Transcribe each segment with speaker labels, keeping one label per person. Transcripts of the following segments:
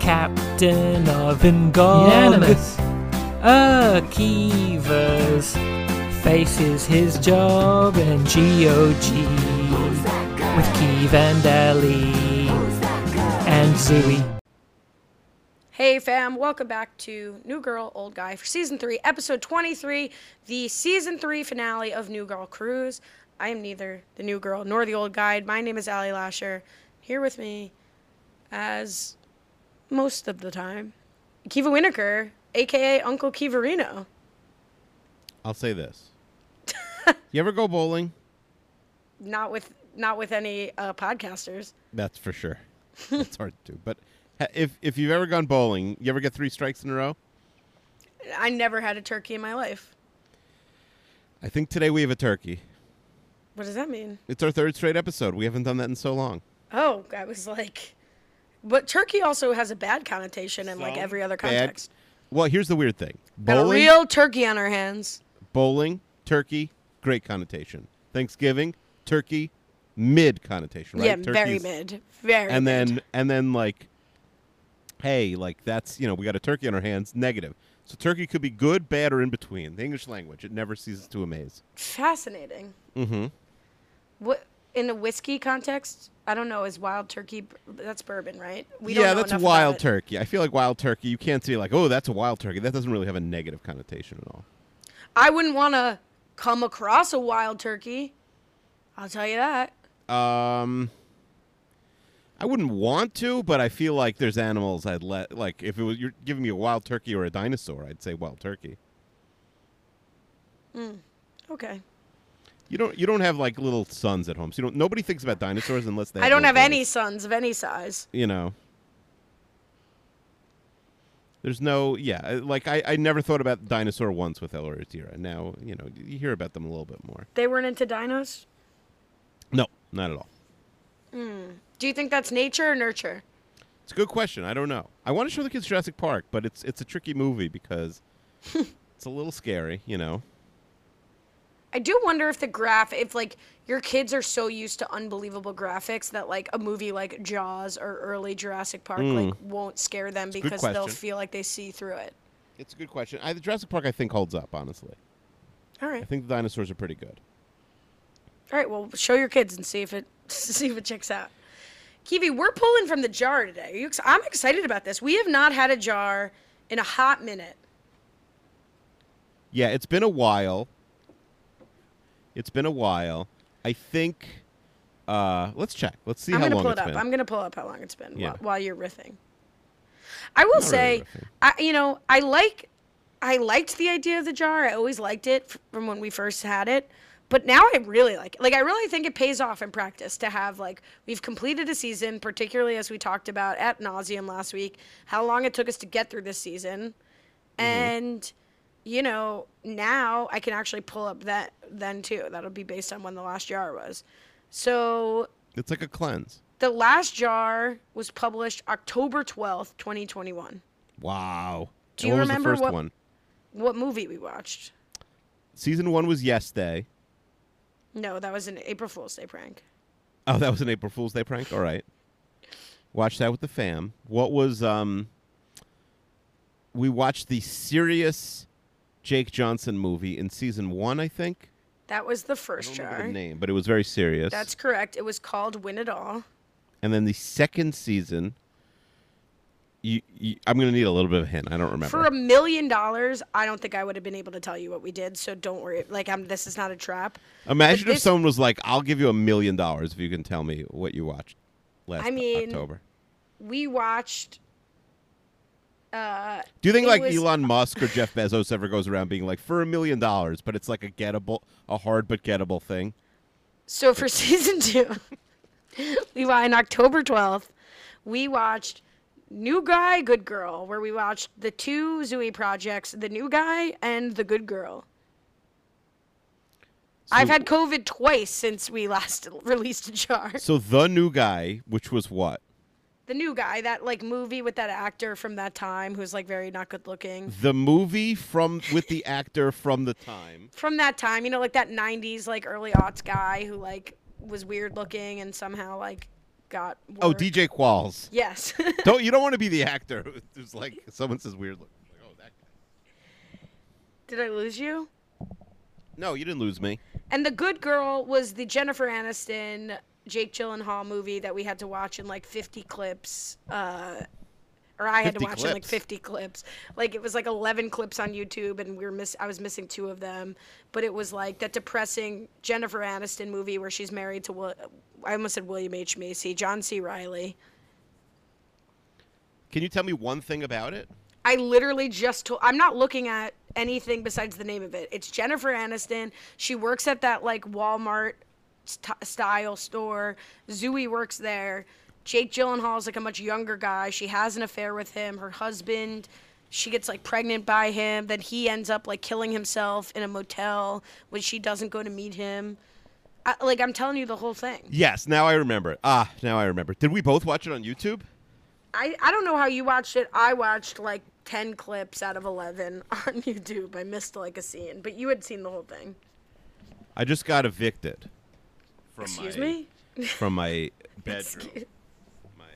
Speaker 1: captain of Ingolimus. Akiva's faces his job and GOG with Keeve and Ellie and Zooey.
Speaker 2: Hey fam, welcome back to New Girl, Old Guy for season three, episode 23, the season three finale of New Girl Cruise. I am neither the new girl nor the old guy. My name is Allie Lasher. Here with me, as most of the time, Kiva Winokur, aka Uncle Kivarino.
Speaker 3: I'll say this. you ever go bowling?
Speaker 2: Not with not with any uh, podcasters.
Speaker 3: That's for sure. It's hard to do. But ha- if if you've ever gone bowling, you ever get three strikes in a row?
Speaker 2: I never had a turkey in my life.
Speaker 3: I think today we have a turkey.
Speaker 2: What does that mean?
Speaker 3: It's our third straight episode. We haven't done that in so long.
Speaker 2: Oh, I was like, but turkey also has a bad connotation in like
Speaker 3: So
Speaker 2: every other
Speaker 3: Bad-
Speaker 2: context.
Speaker 3: Well, here's the weird thing.
Speaker 2: Got a
Speaker 3: Bowling,
Speaker 2: real turkey on our hands.
Speaker 3: bowling, turkey, great connotation. Thanksgiving, turkey, mid connotation, right?
Speaker 2: yeah, very
Speaker 3: Turkey's-
Speaker 2: mid, very.
Speaker 3: and
Speaker 2: mid.
Speaker 3: then and then like hey like that's you know we got a turkey on our hands negative so turkey could be good bad or in between the english language it never ceases to amaze
Speaker 2: fascinating.
Speaker 3: mm-hmm
Speaker 2: What in a whiskey context? I don't know. Is wild turkey? That's bourbon, right? We don't
Speaker 3: yeah
Speaker 2: know
Speaker 3: that's
Speaker 2: enough about
Speaker 3: wild
Speaker 2: it.
Speaker 3: turkey i feel like wild turkey you can't say like oh that's a wild turkey that doesn't really have a negative connotation at all
Speaker 2: I wouldn't want to come across a wild turkey. I'll tell you that.
Speaker 3: um i wouldn't want to but i feel like there's animals i'd let like if it was you're giving me a wild turkey or a dinosaur i'd say wild turkey
Speaker 2: Okay.
Speaker 3: you don't you don't have like little sons at home so you don't nobody thinks about dinosaurs unless they
Speaker 2: I don't have
Speaker 3: little
Speaker 2: any
Speaker 3: boys.
Speaker 2: sons of any size.
Speaker 3: you know there's no yeah I- like i, I never thought about dinosaur once with El Tira. now you know you hear about them a little bit more
Speaker 2: They weren't into dinos.
Speaker 3: no not at all
Speaker 2: Do you think that's nature or nurture?
Speaker 3: it's a good question i don't know i want to show the kids jurassic park but it's it's a tricky movie because it's a little scary you know
Speaker 2: I do wonder if the graph, if like your kids are so used to unbelievable graphics that like a movie like Jaws or early Jurassic Park like won't scare them
Speaker 3: Hmm. a good
Speaker 2: because they'll
Speaker 3: question.
Speaker 2: feel like they see through it.
Speaker 3: it's a good question I, the jurassic park i think holds up honestly
Speaker 2: All
Speaker 3: i
Speaker 2: right,
Speaker 3: think the dinosaurs are pretty good
Speaker 2: all right. Well, show your kids and see if it see if it checks out. Kiwi, we're pulling from the jar today. Are you ex- I'm excited about this. We have not had a jar in a hot minute.
Speaker 3: Yeah, it's been a while. It's been a while. I think. Uh, let's check. Let's see
Speaker 2: I'm
Speaker 3: how
Speaker 2: gonna
Speaker 3: long
Speaker 2: pull it
Speaker 3: it's
Speaker 2: up.
Speaker 3: been.
Speaker 2: I'm gonna pull up how long it's been
Speaker 3: Yeah.
Speaker 2: while, while you're riffing. I will
Speaker 3: Not
Speaker 2: say,
Speaker 3: really riffing.
Speaker 2: I you know I like, I liked the idea of the jar. I always liked it f- from when we first had it, but now I really like it. Like I really think it pays off in practice to have like we've completed a season, particularly as we talked about at nauseum last week, how long it took us to get through this season,
Speaker 3: Mm-hmm.
Speaker 2: and you know now I can actually pull up that then too. That'll be based on when the last jar was. So
Speaker 3: It's like a cleanse.
Speaker 2: the Last Jar was published October 12th, 2021.
Speaker 3: Wow.
Speaker 2: Do
Speaker 3: And
Speaker 2: you
Speaker 3: when was
Speaker 2: remember
Speaker 3: the first
Speaker 2: what-
Speaker 3: one?
Speaker 2: What movie we watched?
Speaker 3: Season one was yesterday.
Speaker 2: No, that was an April Fool's Day prank.
Speaker 3: Oh, that was an April Fool's Day prank. All right. Watch that with the fam. What was um? We watched the serious Jake Johnson movie in season one. I think.
Speaker 2: That was the
Speaker 3: I
Speaker 2: first
Speaker 3: don't remember
Speaker 2: jar.
Speaker 3: the name, but it was very serious.
Speaker 2: That's correct. It was called Win It All.
Speaker 3: and then the second season you, you i'm gonna need a little bit of a hint i don't remember
Speaker 2: For a million dollars, I don't think I would have been able to tell you what we did, so don't worry. Like, I'm, this is not a trap.
Speaker 3: imagine
Speaker 2: but
Speaker 3: if
Speaker 2: this-
Speaker 3: someone was like i'll give you a million dollars if you can tell me what you watched last
Speaker 2: I mean,
Speaker 3: october
Speaker 2: We watched. Uh,
Speaker 3: do you think
Speaker 2: it
Speaker 3: like
Speaker 2: was-
Speaker 3: elon musk or jeff bezos ever goes around being like for a million dollars but it's like a gettable a hard but gettable thing
Speaker 2: so for season two, we wa- on October 12th, we watched New Guy, Good Girl, where we watched the two Zooey projects, The New Guy and The Good Girl. I've
Speaker 3: So-
Speaker 2: had COVID twice since we last released a jar.
Speaker 3: so the new guy which was what
Speaker 2: The new guy, that like movie with that actor from that time who's like very not good looking.
Speaker 3: the movie from with the actor from the time
Speaker 2: From that time, you know, like that 90s, like early aughts guy who like was weird looking and somehow like got.
Speaker 3: Oh,
Speaker 2: word.
Speaker 3: DJ Qualls.
Speaker 2: Yes.
Speaker 3: don't you don't want to be the actor who- who's like someone says weird look. Like, oh, that guy.
Speaker 2: Did I lose you?
Speaker 3: No, you didn't lose me.
Speaker 2: And the Good Girl was the Jennifer Aniston, Jake Gyllenhaal movie that we had to watch in like 50 clips. Uh, or I had to
Speaker 3: 50
Speaker 2: watch in like
Speaker 3: clips?
Speaker 2: 50 clips. Like it was like 11 clips on YouTube, and we were miss. I was missing two of them, but it was like that depressing Jennifer Aniston movie where she's married to. Wil- I almost said William H Macy, John C. Riley.
Speaker 3: Can you tell me one thing about it?
Speaker 2: I literally just told. I'm not looking at anything besides the name of it. It's Jennifer Aniston. She works at that like Walmart st- style store. Zooey works there. Jake Gyllenhaal is like a much younger guy. She has an affair with him. Her husband. She gets like pregnant by him. Then he ends up like killing himself in a motel when she doesn't go to meet him. I, like I'm telling you the whole thing.
Speaker 3: Yes, now I remember it. Ah, now I remember. Did we both watch it on YouTube?
Speaker 2: I I don't know how you watched it. I watched like 10 clips out of 11 on YouTube. I missed like a scene, but you had seen the whole thing.
Speaker 3: I just got evicted. From
Speaker 2: Excuse
Speaker 3: my,
Speaker 2: me?
Speaker 3: From my bedroom.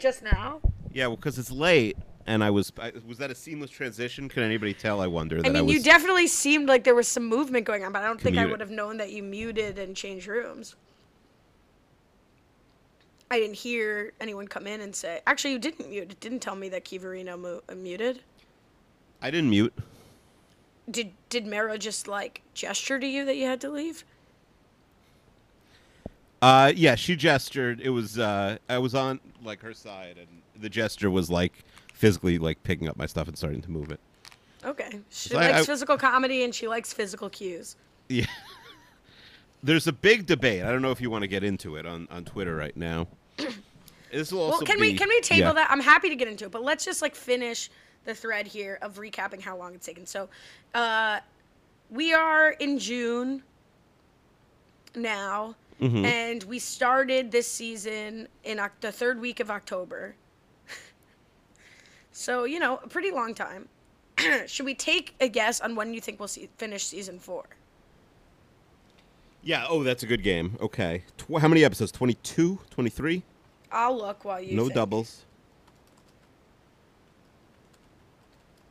Speaker 2: Just now?
Speaker 3: Yeah, well, because it's late, and I was I, was that a seamless transition? Can anybody tell? I wonder. That
Speaker 2: I mean,
Speaker 3: was,
Speaker 2: you definitely seemed like there was some movement going on, but I don't think I
Speaker 3: Commuted.
Speaker 2: would have known that you muted and changed rooms. I didn't hear anyone come in and say. Actually, you didn't mute. It didn't tell me that Kiverino mu- uh, muted.
Speaker 3: I didn't mute.
Speaker 2: Did did Mara just like gesture to you that you had to leave?
Speaker 3: Uh, yeah, she gestured. It was uh, I was on like her side, and the gesture was like physically like picking up my stuff and starting to move it.
Speaker 2: Okay. She
Speaker 3: So I-
Speaker 2: likes
Speaker 3: I-
Speaker 2: physical comedy and she likes physical cues.
Speaker 3: Yeah. There's a big debate. I don't know if you want to get into it on, on Twitter right now. This will also
Speaker 2: Well, can
Speaker 3: be-
Speaker 2: we can we table
Speaker 3: yeah.
Speaker 2: that? I'm happy to get into it, but let's just like finish the thread here of recapping how long it's taken. So, uh, we are in June now,
Speaker 3: Mm-hmm.
Speaker 2: and we started this season in Oc- the third week of October. so you know, a pretty long time. Should we take a guess on when you think we'll see, finish season four?
Speaker 3: Yeah. Oh, that's a good game. Okay. Tw- how many episodes? 22? 23?
Speaker 2: I'll look while you.
Speaker 3: no
Speaker 2: think.
Speaker 3: doubles.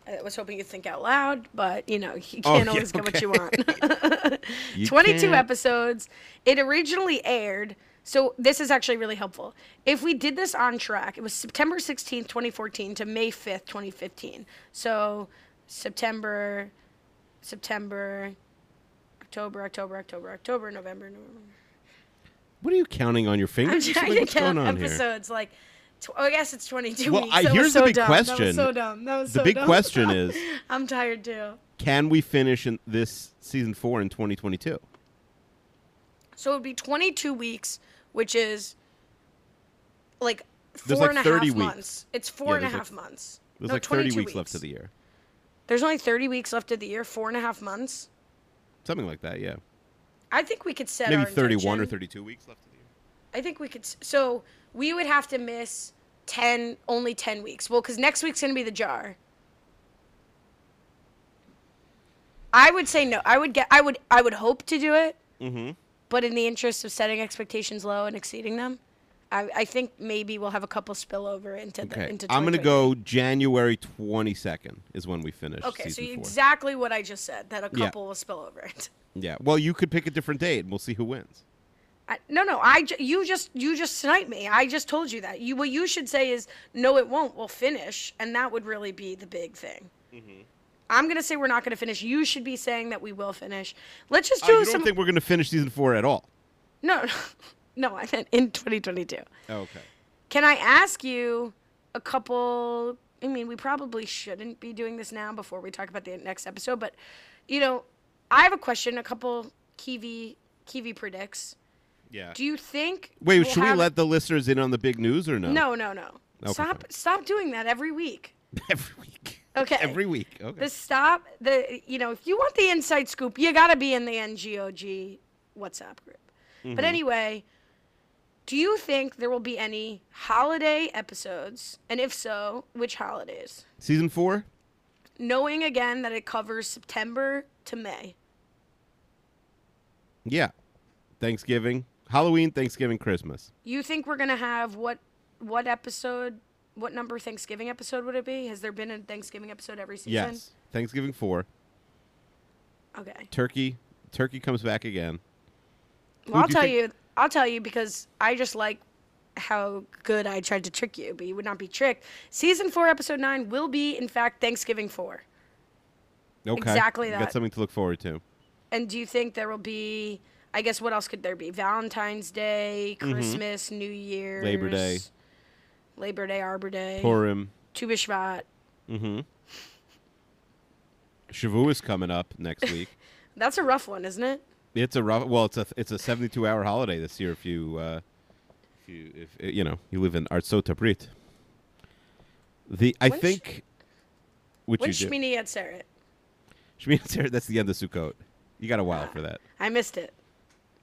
Speaker 2: I was hoping you'd think out loud, but you know, you
Speaker 3: Oh,
Speaker 2: can't
Speaker 3: yeah,
Speaker 2: always get what you
Speaker 3: okay.
Speaker 2: want.
Speaker 3: You
Speaker 2: 22
Speaker 3: can't.
Speaker 2: episodes. It originally aired. So this is actually really helpful. If we did this on track, it was September 16th, 2014 to May 5th, 2015. So September, September, October, October, October, October, November, November.
Speaker 3: What are you counting on your
Speaker 2: I'm
Speaker 3: fingers? or
Speaker 2: trying
Speaker 3: something?
Speaker 2: to
Speaker 3: What's going
Speaker 2: count
Speaker 3: on here?
Speaker 2: episodes like tw- oh, I guess it's 22
Speaker 3: Well,
Speaker 2: weeks.
Speaker 3: I-
Speaker 2: That was
Speaker 3: here's the
Speaker 2: so
Speaker 3: big
Speaker 2: dumb. That
Speaker 3: question.
Speaker 2: was so dumb. That was
Speaker 3: The
Speaker 2: so
Speaker 3: big
Speaker 2: dumb.
Speaker 3: question is,
Speaker 2: I'm tired too.
Speaker 3: can we finish in this season four in 2022?
Speaker 2: So it would be 22 weeks, which is like
Speaker 3: There's
Speaker 2: four
Speaker 3: like
Speaker 2: and a half
Speaker 3: 30 weeks.
Speaker 2: months. It's four
Speaker 3: Yeah,
Speaker 2: and a
Speaker 3: there's like-
Speaker 2: half months.
Speaker 3: There's
Speaker 2: No,
Speaker 3: like 30
Speaker 2: 22
Speaker 3: weeks, left of the year,
Speaker 2: There's only 30 weeks left of the year, four and a half months.
Speaker 3: something like that. Yeah.
Speaker 2: I think we could set
Speaker 3: Maybe
Speaker 2: our
Speaker 3: 31 or
Speaker 2: intention.
Speaker 3: 32 weeks left of the year.
Speaker 2: I think we could. s- So we would have to miss 10, only 10 weeks. Well, because next week's going to be the jar. I would say no. I would get. I would. I would hope to do it. Mm-hmm. But in the interest of setting expectations low and exceeding them, I, I think maybe we'll have a couple spillover into the.
Speaker 3: Okay.
Speaker 2: Into
Speaker 3: I'm gonna
Speaker 2: 2020.
Speaker 3: go January 22nd is when we finish.
Speaker 2: Okay, so
Speaker 3: season
Speaker 2: you-
Speaker 3: four.
Speaker 2: exactly what I just said. That a
Speaker 3: Yeah.
Speaker 2: couple will spill over it.
Speaker 3: Yeah. Well, you could pick a different date, and we'll see who wins.
Speaker 2: I, no, no. I ju- you just you just snipe me. I just told you that. You what you should say is no, it won't. We'll finish, and that would really be the big thing.
Speaker 3: Mm-hmm.
Speaker 2: I'm gonna say we're not gonna finish. You should be saying that we will finish. Let's just
Speaker 3: Oh,
Speaker 2: do
Speaker 3: you don't
Speaker 2: some.
Speaker 3: think we're gonna finish season four at all?
Speaker 2: no, no, no. I meant in 2022.
Speaker 3: Oh, okay.
Speaker 2: Can I ask you a couple? I mean, we probably shouldn't be doing this now before we talk about the next episode, but you know, I have a question. A couple Kiwi Kiwi predicts.
Speaker 3: Yeah.
Speaker 2: Do you think?
Speaker 3: Wait,
Speaker 2: we'll
Speaker 3: should we
Speaker 2: have-
Speaker 3: let the listeners in on the big news or no?
Speaker 2: No, no, no.
Speaker 3: Okay,
Speaker 2: Stop
Speaker 3: fine.
Speaker 2: stop doing that every week.
Speaker 3: Every week.
Speaker 2: Okay.
Speaker 3: Every week. Okay.
Speaker 2: The stop the you know, if you want the inside scoop, you gotta be in the NGOG WhatsApp group. But anyway, do you think there will be any holiday episodes? And if so, which holidays?
Speaker 3: Season four.
Speaker 2: Knowing again that it covers September to May.
Speaker 3: Yeah. Thanksgiving, Halloween, Thanksgiving, Christmas.
Speaker 2: You think we're gonna have what what episode, what number Thanksgiving episode would it be? Has there been a Thanksgiving episode every season?
Speaker 3: Yes. Thanksgiving four.
Speaker 2: Okay.
Speaker 3: Turkey. Turkey comes back again.
Speaker 2: Well, I'll
Speaker 3: do you
Speaker 2: tell
Speaker 3: think-
Speaker 2: you. I'll tell you because I just like how good I tried to trick you, but you would not be tricked. Season four, episode nine will be, in fact, Thanksgiving four.
Speaker 3: Okay.
Speaker 2: Exactly
Speaker 3: You
Speaker 2: that.
Speaker 3: Got something to look forward to.
Speaker 2: And do you think there will be? I guess what else could there be? Valentine's Day, Christmas, New Year's,
Speaker 3: Mm-hmm. Labor Day.
Speaker 2: Labor Day, Arbor Day,
Speaker 3: Purim.
Speaker 2: Tu B'Shvat.
Speaker 3: Mm-hmm. Shavu is coming up next week.
Speaker 2: That's a rough one, isn't it?
Speaker 3: it's a rough. Well, it's a it's a seventy two hour holiday this year. If you uh, if you if uh, you know you live in Artsot Taprit. The I
Speaker 2: When's-
Speaker 3: think. Which
Speaker 2: When
Speaker 3: you do.
Speaker 2: Shmini Atzeret?
Speaker 3: Shmini Atzeret, that's the end of Sukkot. You got a while for that.
Speaker 2: I missed it.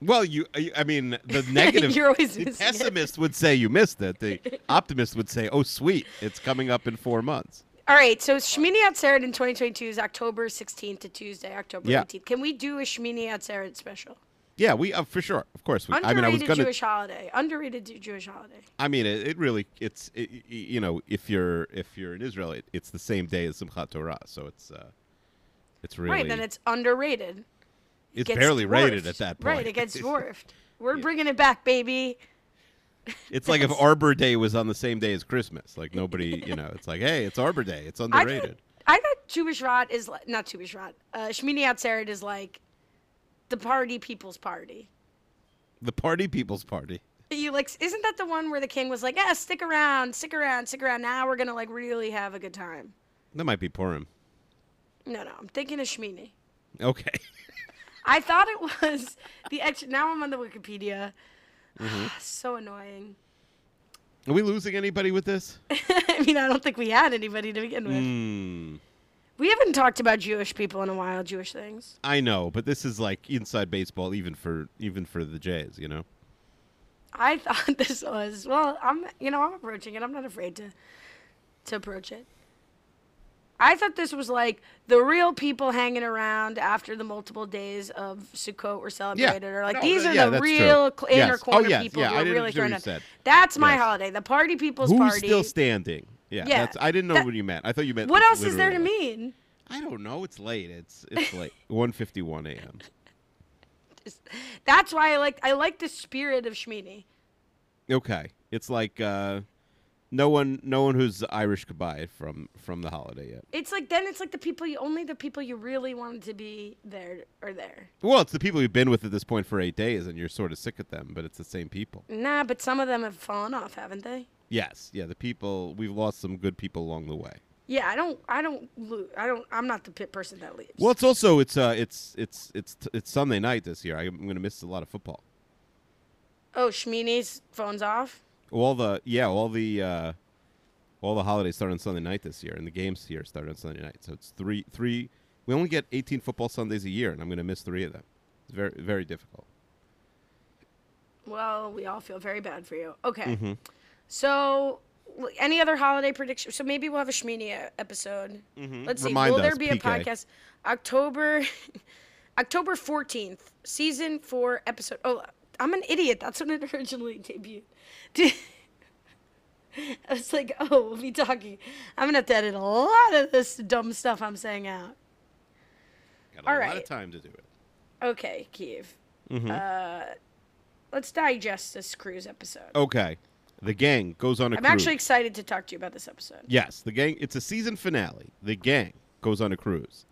Speaker 3: Well, you, you- I mean, the negative.
Speaker 2: You're always
Speaker 3: the
Speaker 2: missing it.
Speaker 3: pessimist would say you missed it. The optimist would say, "Oh, sweet, it's coming up in four months."
Speaker 2: All right, so Shmini Atzeret in 2022 is October 16th to Tuesday, October
Speaker 3: Yeah.
Speaker 2: 18th. Can we do a Shmini Atzeret special?
Speaker 3: Yeah, we uh, for sure, of course. We, I
Speaker 2: Underrated
Speaker 3: mean, I was gonna.
Speaker 2: Jewish holiday. Underrated Jew- Jewish holiday.
Speaker 3: I mean, it, it really, it's it, y- y- you know, if you're if you're in Israel, it, it's the same day as Simchat Torah, so it's uh, it's really
Speaker 2: Right, then it's underrated. It
Speaker 3: it's
Speaker 2: gets
Speaker 3: barely rated
Speaker 2: dwarfed.
Speaker 3: at that point.
Speaker 2: Right, it gets dwarfed. We're bringing it back, baby.
Speaker 3: it's like if Arbor Day was on the same day as Christmas, like nobody, you know, it's like, hey, it's Arbor Day, it's
Speaker 2: I
Speaker 3: underrated.
Speaker 2: thought, I thought Tu B'Shvat is like, not Tu B'Shvat. Uh, Shmini Atzeret is like the party people's party.
Speaker 3: The party people's party.
Speaker 2: You like, s- isn't that the one where the king was like, "Yeah, stick around, stick around, stick around. Now we're gonna like really have a good time."
Speaker 3: That might be Purim.
Speaker 2: No, no, I'm thinking of Shmini.
Speaker 3: Okay.
Speaker 2: I thought it was the ex. Now I'm on the Wikipedia.
Speaker 3: Mm-hmm.
Speaker 2: so annoying.
Speaker 3: Are we losing anybody with this?
Speaker 2: I mean, I don't think we had anybody to begin with.
Speaker 3: Hmm.
Speaker 2: We haven't talked about Jewish people in a while. Jewish things.
Speaker 3: I know, but this is like inside baseball, even for even for the Jays, you know.
Speaker 2: I thought this was well. I'm you know I'm approaching it. I'm not afraid to to approach it. I thought this was like the real people hanging around after the multiple days of Sukkot were celebrated, or like
Speaker 3: No,
Speaker 2: these
Speaker 3: no,
Speaker 2: are
Speaker 3: yeah,
Speaker 2: the
Speaker 3: that's true.
Speaker 2: real cl-
Speaker 3: Yes.
Speaker 2: inner
Speaker 3: Oh,
Speaker 2: corner
Speaker 3: yes,
Speaker 2: people
Speaker 3: yeah,
Speaker 2: who
Speaker 3: I
Speaker 2: are
Speaker 3: didn't
Speaker 2: really
Speaker 3: hear
Speaker 2: throwing
Speaker 3: what you
Speaker 2: up.
Speaker 3: said.
Speaker 2: That's my
Speaker 3: Yes.
Speaker 2: holiday, the party people's
Speaker 3: Who's
Speaker 2: party.
Speaker 3: still standing? Yeah,
Speaker 2: Yeah.
Speaker 3: that's. I didn't know
Speaker 2: That-
Speaker 3: what you meant. I thought you meant.
Speaker 2: what else is there to
Speaker 3: literally.
Speaker 2: mean?
Speaker 3: I don't know. It's late. It's it's late. One fifty one a.m.
Speaker 2: That's why I like I like the spirit of Shmini.
Speaker 3: Okay. It's like uh, no one no one who's Irish could buy it from from the holiday yet.
Speaker 2: It's like then it's like the people you only the people you really wanted to be there are there.
Speaker 3: Well, it's the people you've been with at this point for eight days, and you're sort of sick of them, but it's the same people.
Speaker 2: Nah, but some of them have fallen off, haven't they?
Speaker 3: Yes. Yeah. The people we've lost some good people along the way.
Speaker 2: Yeah, I don't I don't lose I don't I'm not the pit person that leaves.
Speaker 3: Well, it's also it's uh it's it's it's it's Sunday night this year. I'm going to miss a lot of football.
Speaker 2: Oh, Shmini's phone's off.
Speaker 3: All the yeah, all the uh, all the holidays start on Sunday night this year, and the games here start on Sunday night. So it's three three. We only get 18 football Sundays a year, and I'm going to miss three of them. It's very very difficult.
Speaker 2: Well, we all feel very bad for you. Okay.
Speaker 3: Mm-hmm.
Speaker 2: So l- any other holiday prediction? So maybe we'll have a Shmini e- episode. Let's see.
Speaker 3: Mm-hmm. Remind
Speaker 2: Will there
Speaker 3: us,
Speaker 2: be a
Speaker 3: PK.
Speaker 2: podcast? October, October fourteenth, season four, episode. Oh, I'm an idiot. That's when it originally debuted. Dude, I was like, oh, we'll be talking. I'm gonna have to edit a lot of this dumb stuff I'm saying out.
Speaker 3: Got a
Speaker 2: All
Speaker 3: lot
Speaker 2: right.
Speaker 3: of time to do it.
Speaker 2: Okay, Kiev.
Speaker 3: Mm-hmm.
Speaker 2: Uh, let's digest this cruise episode.
Speaker 3: Okay, the gang goes on a
Speaker 2: I'm
Speaker 3: cruise.
Speaker 2: actually excited to talk to you about this episode.
Speaker 3: yes, the gang. It's a season finale. The gang goes on a cruise.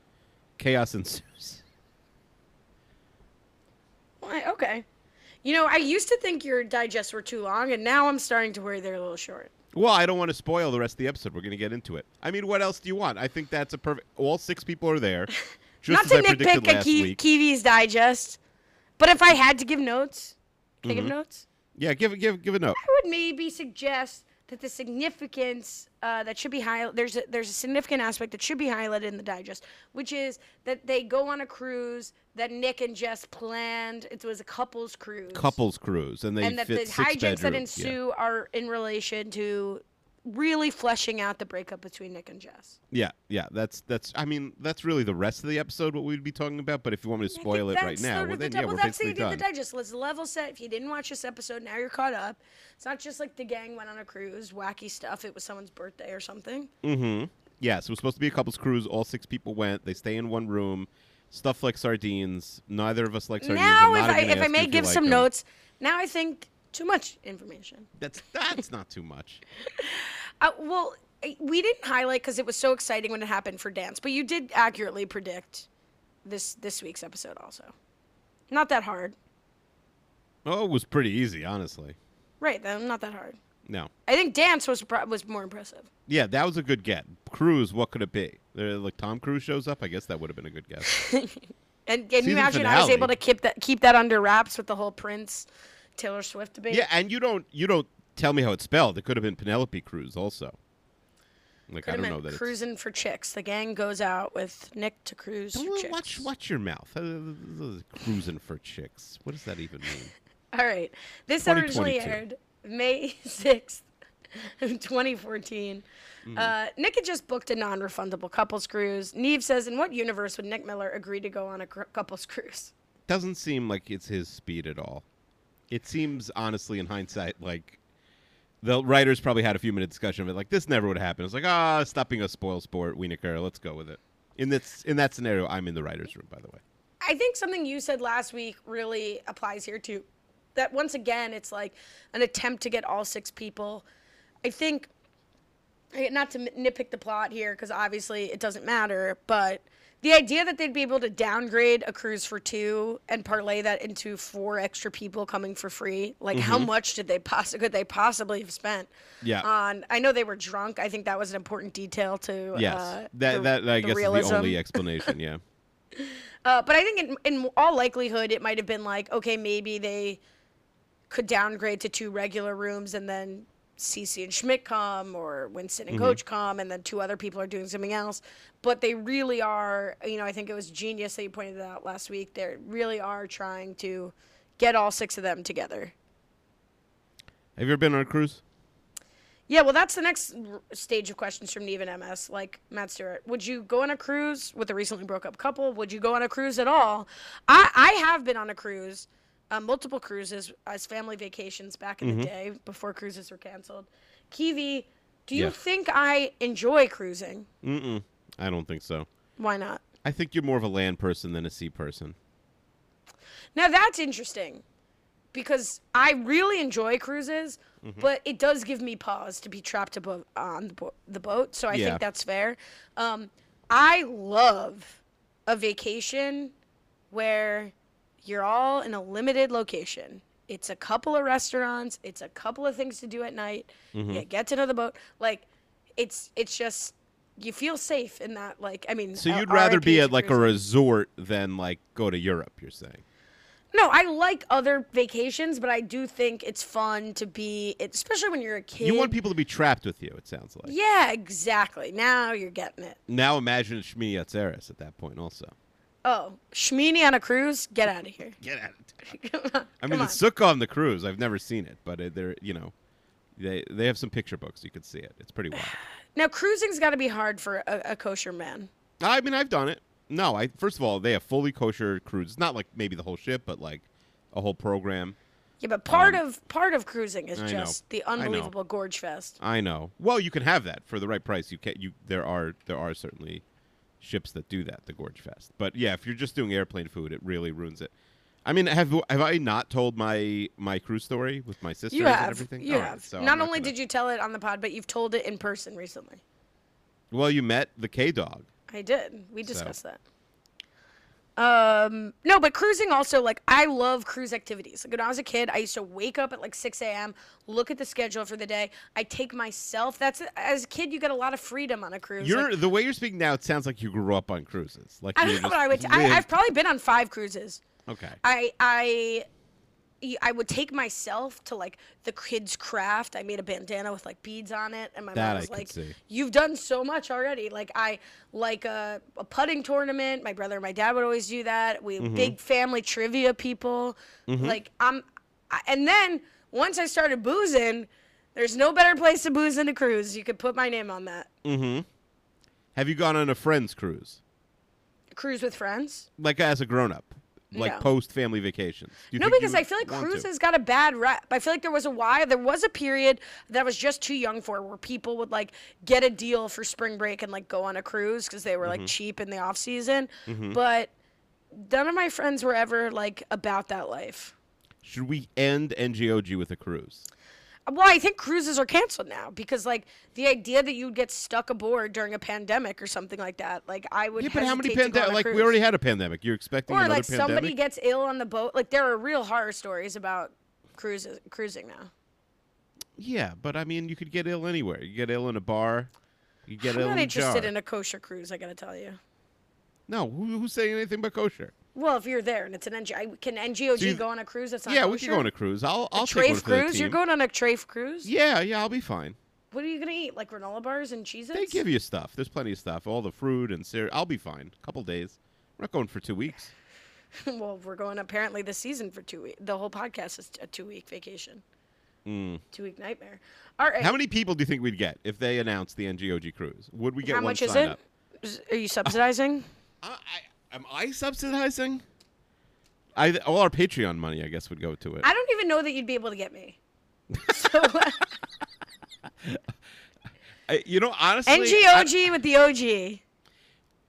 Speaker 3: Chaos ensues.
Speaker 2: Why, Okay. You know, I used to think your digests were too long, and now I'm starting to worry they're a little short.
Speaker 3: Well, I don't want to spoil the rest of the episode. We're going to get into it. I mean, what else do you want? I think that's a perfect. All six people are there. Just as I
Speaker 2: Not to
Speaker 3: predicted
Speaker 2: nitpick a
Speaker 3: last
Speaker 2: Ki-
Speaker 3: week.
Speaker 2: Kiwi's digest, but if I had to give notes, can
Speaker 3: Mm-hmm.
Speaker 2: I give notes?
Speaker 3: Yeah, give give give a note.
Speaker 2: I would maybe suggest that the significance uh, that should be highlighted, there's a, there's a significant aspect that should be highlighted in the digest, which is that they go on a cruise that Nick and Jess planned. It was a couple's cruise.
Speaker 3: Couples cruise, and they
Speaker 2: and that
Speaker 3: fit
Speaker 2: the
Speaker 3: six
Speaker 2: hijinks that
Speaker 3: bedrooms. Yeah.
Speaker 2: ensue are in relation to really fleshing out the breakup between Nick and Jess.
Speaker 3: Yeah, yeah. That's that's. I mean, that's really the rest of the episode what we'd be talking about. But if you want me to
Speaker 2: I
Speaker 3: spoil
Speaker 2: think
Speaker 3: it right
Speaker 2: that's
Speaker 3: now,
Speaker 2: sort
Speaker 3: well
Speaker 2: of the
Speaker 3: then
Speaker 2: di-
Speaker 3: yeah, we're
Speaker 2: well, that's the
Speaker 3: basically
Speaker 2: idea of
Speaker 3: done.
Speaker 2: the digest. Let's level set. If you didn't watch this episode, now you're caught up. It's not just like the gang went on a cruise, wacky stuff. It was someone's birthday or something.
Speaker 3: Mm-hmm. Yeah, so it was supposed to be a couple's cruise. All six people went. They stay in one room. Stuff like sardines. Neither of us like sardines.
Speaker 2: now,
Speaker 3: I'm
Speaker 2: if
Speaker 3: not
Speaker 2: I
Speaker 3: even gonna
Speaker 2: if I
Speaker 3: ask you
Speaker 2: may
Speaker 3: you
Speaker 2: give
Speaker 3: like
Speaker 2: some
Speaker 3: them.
Speaker 2: notes, now I think too much information.
Speaker 3: that's that's not too much.
Speaker 2: Uh, well, I- we didn't highlight because it was so exciting when it happened for dance, but you did accurately predict this this week's episode also. Not that hard,
Speaker 3: Oh, it was pretty easy, honestly.
Speaker 2: right? Though not that hard.
Speaker 3: No.
Speaker 2: I think dance was pro- was more impressive.
Speaker 3: Yeah, that was a good get. Cruise, what could it be? There, like Tom Cruise shows up. I guess that would have been a good guess.
Speaker 2: And can you
Speaker 3: Season
Speaker 2: imagine I was
Speaker 3: finale.
Speaker 2: able to keep that keep that under wraps with the whole Prince, Taylor Swift debate?
Speaker 3: yeah, and you don't you don't tell me how it's spelled. It could have been Penelope Cruz also. Like
Speaker 2: Could
Speaker 3: I
Speaker 2: have
Speaker 3: don't know
Speaker 2: meant
Speaker 3: that. it's-
Speaker 2: cruising for chicks. The gang goes out with Nick to cruise for
Speaker 3: Well,
Speaker 2: chicks.
Speaker 3: watch watch your mouth. Uh, Cruising for chicks. What does that even mean?
Speaker 2: All right. This
Speaker 3: 2022.
Speaker 2: originally aired May 6th, of 2014.
Speaker 3: Mm.
Speaker 2: Uh, Nick had just booked a non refundable couples cruise. Neve says, In what universe would Nick Miller agree to go on a cr- couples cruise?
Speaker 3: doesn't seem like it's his speed at all. It seems honestly in hindsight like the writers probably had a few minute discussion of it. Like this never would have happened. It's like ah, stop being a spoil sport, Wienerker. Let's go with it. In this in that scenario, I'm in the writers' room. By the way,
Speaker 2: I think something you said last week really applies here too. That once again, it's like an attempt to get all six people. I think, I- not to nit- nitpick the plot here, because obviously it doesn't matter, but the idea that they'd be able to downgrade a cruise for two and parlay that into four extra people coming for free, like how much did they poss- could they possibly have spent?
Speaker 3: Mm-hmm. Yeah.
Speaker 2: On, I know they were drunk. I think that was an important detail to.
Speaker 3: yes,
Speaker 2: Uh,
Speaker 3: that
Speaker 2: the-
Speaker 3: that I
Speaker 2: the
Speaker 3: guess is
Speaker 2: realism.
Speaker 3: the only explanation. Yeah,
Speaker 2: Uh, but I think in, in all likelihood, it might have been like, okay, maybe they could downgrade to two regular rooms and then Cece and Schmidt come or Winston and Coach come and then two other people are doing something else. But they really are, you know, I think it was genius that you pointed that out last week. They really are trying to get all six of them together.
Speaker 3: have you ever been on a cruise?
Speaker 2: Yeah, well, that's the next r- stage of questions from Neve and MS. Like Matt Stewart, would you go on a cruise with a recently broke up couple? Would you go on a cruise at all? I I have been on a cruise, uh, multiple cruises as family vacations back in the day before cruises were canceled. Kiwi, do you
Speaker 3: Yeah.
Speaker 2: think I enjoy cruising?
Speaker 3: Mm-mm. I don't think so.
Speaker 2: Why not?
Speaker 3: I think you're more of a land person than a sea person.
Speaker 2: Now that's interesting, because I really enjoy cruises,
Speaker 3: Mm-hmm.
Speaker 2: but it does give me pause to be trapped above on the, bo- the boat. So I
Speaker 3: Yeah.
Speaker 2: think that's fair. Um, I love a vacation where you're all in a limited location. It's a couple of restaurants. It's a couple of things to do at night.
Speaker 3: Mm-hmm.
Speaker 2: You get to know the boat. Like, it's it's just you feel safe in that. Like, I mean,
Speaker 3: So
Speaker 2: uh,
Speaker 3: you'd rather be
Speaker 2: RIP
Speaker 3: at like a
Speaker 2: cruises.
Speaker 3: resort than like go to Europe. You're saying?
Speaker 2: No, I like other vacations, but I do think it's fun to be, it, especially when you're a kid.
Speaker 3: You want people to be trapped with you. It sounds like.
Speaker 2: Yeah, exactly. Now you're getting it.
Speaker 3: Now imagine it's Shmini Atzeres at that point also.
Speaker 2: Oh, Shmini on a cruise? Get out of here.
Speaker 3: Get out of town.
Speaker 2: Come on.
Speaker 3: I mean,
Speaker 2: Come
Speaker 3: it's Sukkah on the cruise. I've never seen it, but it, they're, you know, they they have some picture books. You could see it. It's pretty wild.
Speaker 2: on. Now, cruising's got to be hard for a, a kosher man.
Speaker 3: I mean, I've done it. No, I first of all, they have fully kosher cruises. Not like maybe the whole ship, but like a whole program.
Speaker 2: Yeah, but part of part of cruising is
Speaker 3: Um, I know.
Speaker 2: just the
Speaker 3: I know.
Speaker 2: unbelievable gorge fest.
Speaker 3: I know. Well, you can have that for the right price. You can. You there are there are certainly ships that do that. The Gorge Fest, but yeah, if you're just doing airplane food, it really ruins it. I mean, have have I not told my my cruise story with my sisters
Speaker 2: You
Speaker 3: and
Speaker 2: have,
Speaker 3: everything?
Speaker 2: you
Speaker 3: All right,
Speaker 2: have.
Speaker 3: so I'm
Speaker 2: not only
Speaker 3: gonna-
Speaker 2: did you tell it on the pod, but you've told it in person recently.
Speaker 3: Well, you met the K Dog.
Speaker 2: I did. We discussed that. Um, no, but cruising also, like, I love cruise activities. Like, when I was a kid, I used to wake up at like 6 a.m., look at the schedule for the day. I take myself. That's as a kid, you get a lot of freedom on a cruise.
Speaker 3: You're
Speaker 2: Like,
Speaker 3: the way you're speaking now. It sounds like you grew up on cruises. Like
Speaker 2: I
Speaker 3: you
Speaker 2: don't know
Speaker 3: just
Speaker 2: what I would. I,
Speaker 3: lived-
Speaker 2: I've probably been on five cruises.
Speaker 3: okay.
Speaker 2: I I y- I would take myself to like the kids' craft. I made a bandana with like beads on it, and my
Speaker 3: That
Speaker 2: mom
Speaker 3: I
Speaker 2: was
Speaker 3: could
Speaker 2: like,
Speaker 3: see.
Speaker 2: "You've done so much already." Like I like a, a putting tournament. My brother and my dad would always do that. We
Speaker 3: Mm-hmm.
Speaker 2: big family trivia people. Like I'm, I, and then once I started boozing, There's no better place to booze than a cruise. You could put my name on that.
Speaker 3: Mm-hmm. Have you gone on a friend's cruise?
Speaker 2: A cruise with friends?
Speaker 3: Like as a grown up? Like
Speaker 2: No.
Speaker 3: post family vacations? Do you
Speaker 2: No,
Speaker 3: think you
Speaker 2: because
Speaker 3: would
Speaker 2: I feel like
Speaker 3: want to?
Speaker 2: cruises got a bad rep. I feel like there was a why there was a period that I was just too young for where people would like get a deal for spring break and like go on a cruise because they were
Speaker 3: Mm-hmm.
Speaker 2: like cheap in the off season. But none of my friends were ever like about that life.
Speaker 3: Should we end NGOG with a cruise?
Speaker 2: Well, I think cruises are canceled now because like the idea that you'd get stuck aboard during a pandemic or something like that. Like I would.
Speaker 3: Yeah, but how many
Speaker 2: hesitate to go on
Speaker 3: pandemic?
Speaker 2: a
Speaker 3: Like we
Speaker 2: cruise.
Speaker 3: already had a pandemic. You're expecting
Speaker 2: Or
Speaker 3: another
Speaker 2: like
Speaker 3: pandemic?
Speaker 2: somebody gets ill on the boat. Like there are real horror stories about cruises cruising now.
Speaker 3: yeah, but I mean, you could get ill anywhere. You get ill in a bar. You get
Speaker 2: I'm
Speaker 3: ill
Speaker 2: not
Speaker 3: in a
Speaker 2: interested
Speaker 3: jar.
Speaker 2: in a kosher cruise. I gotta tell you.
Speaker 3: no, who, who's saying anything about kosher?
Speaker 2: Well, if you're there and it's an NG, I- can NGOG
Speaker 3: So you-
Speaker 2: go on a cruise? That's not
Speaker 3: yeah,
Speaker 2: kosher?
Speaker 3: we could go on a cruise. I'll I'll take one
Speaker 2: Trafe
Speaker 3: for the
Speaker 2: cruise. You're
Speaker 3: team.
Speaker 2: going on a trafe cruise.
Speaker 3: Yeah, yeah, I'll be fine.
Speaker 2: What are you gonna eat? Like granola bars and cheeses?
Speaker 3: They give you stuff. There's plenty of stuff. All the fruit and cereal. I'll be fine. A couple days. We're not going for two weeks.
Speaker 2: well, we're going apparently this season for two weeks. The whole podcast is a two week vacation. Two week nightmare. All right.
Speaker 3: Hmm. How many people do you think we'd get if they announced the NGOG cruise? Would we get
Speaker 2: How
Speaker 3: one
Speaker 2: much
Speaker 3: sign
Speaker 2: is it?
Speaker 3: up?
Speaker 2: Is- Are you subsidizing?
Speaker 3: I, I, am I subsidizing? I all our Patreon money, I guess, would go to it.
Speaker 2: I don't even know that you'd be able to get me. So
Speaker 3: I- you know, honestly, I-
Speaker 2: NGOG with the OG.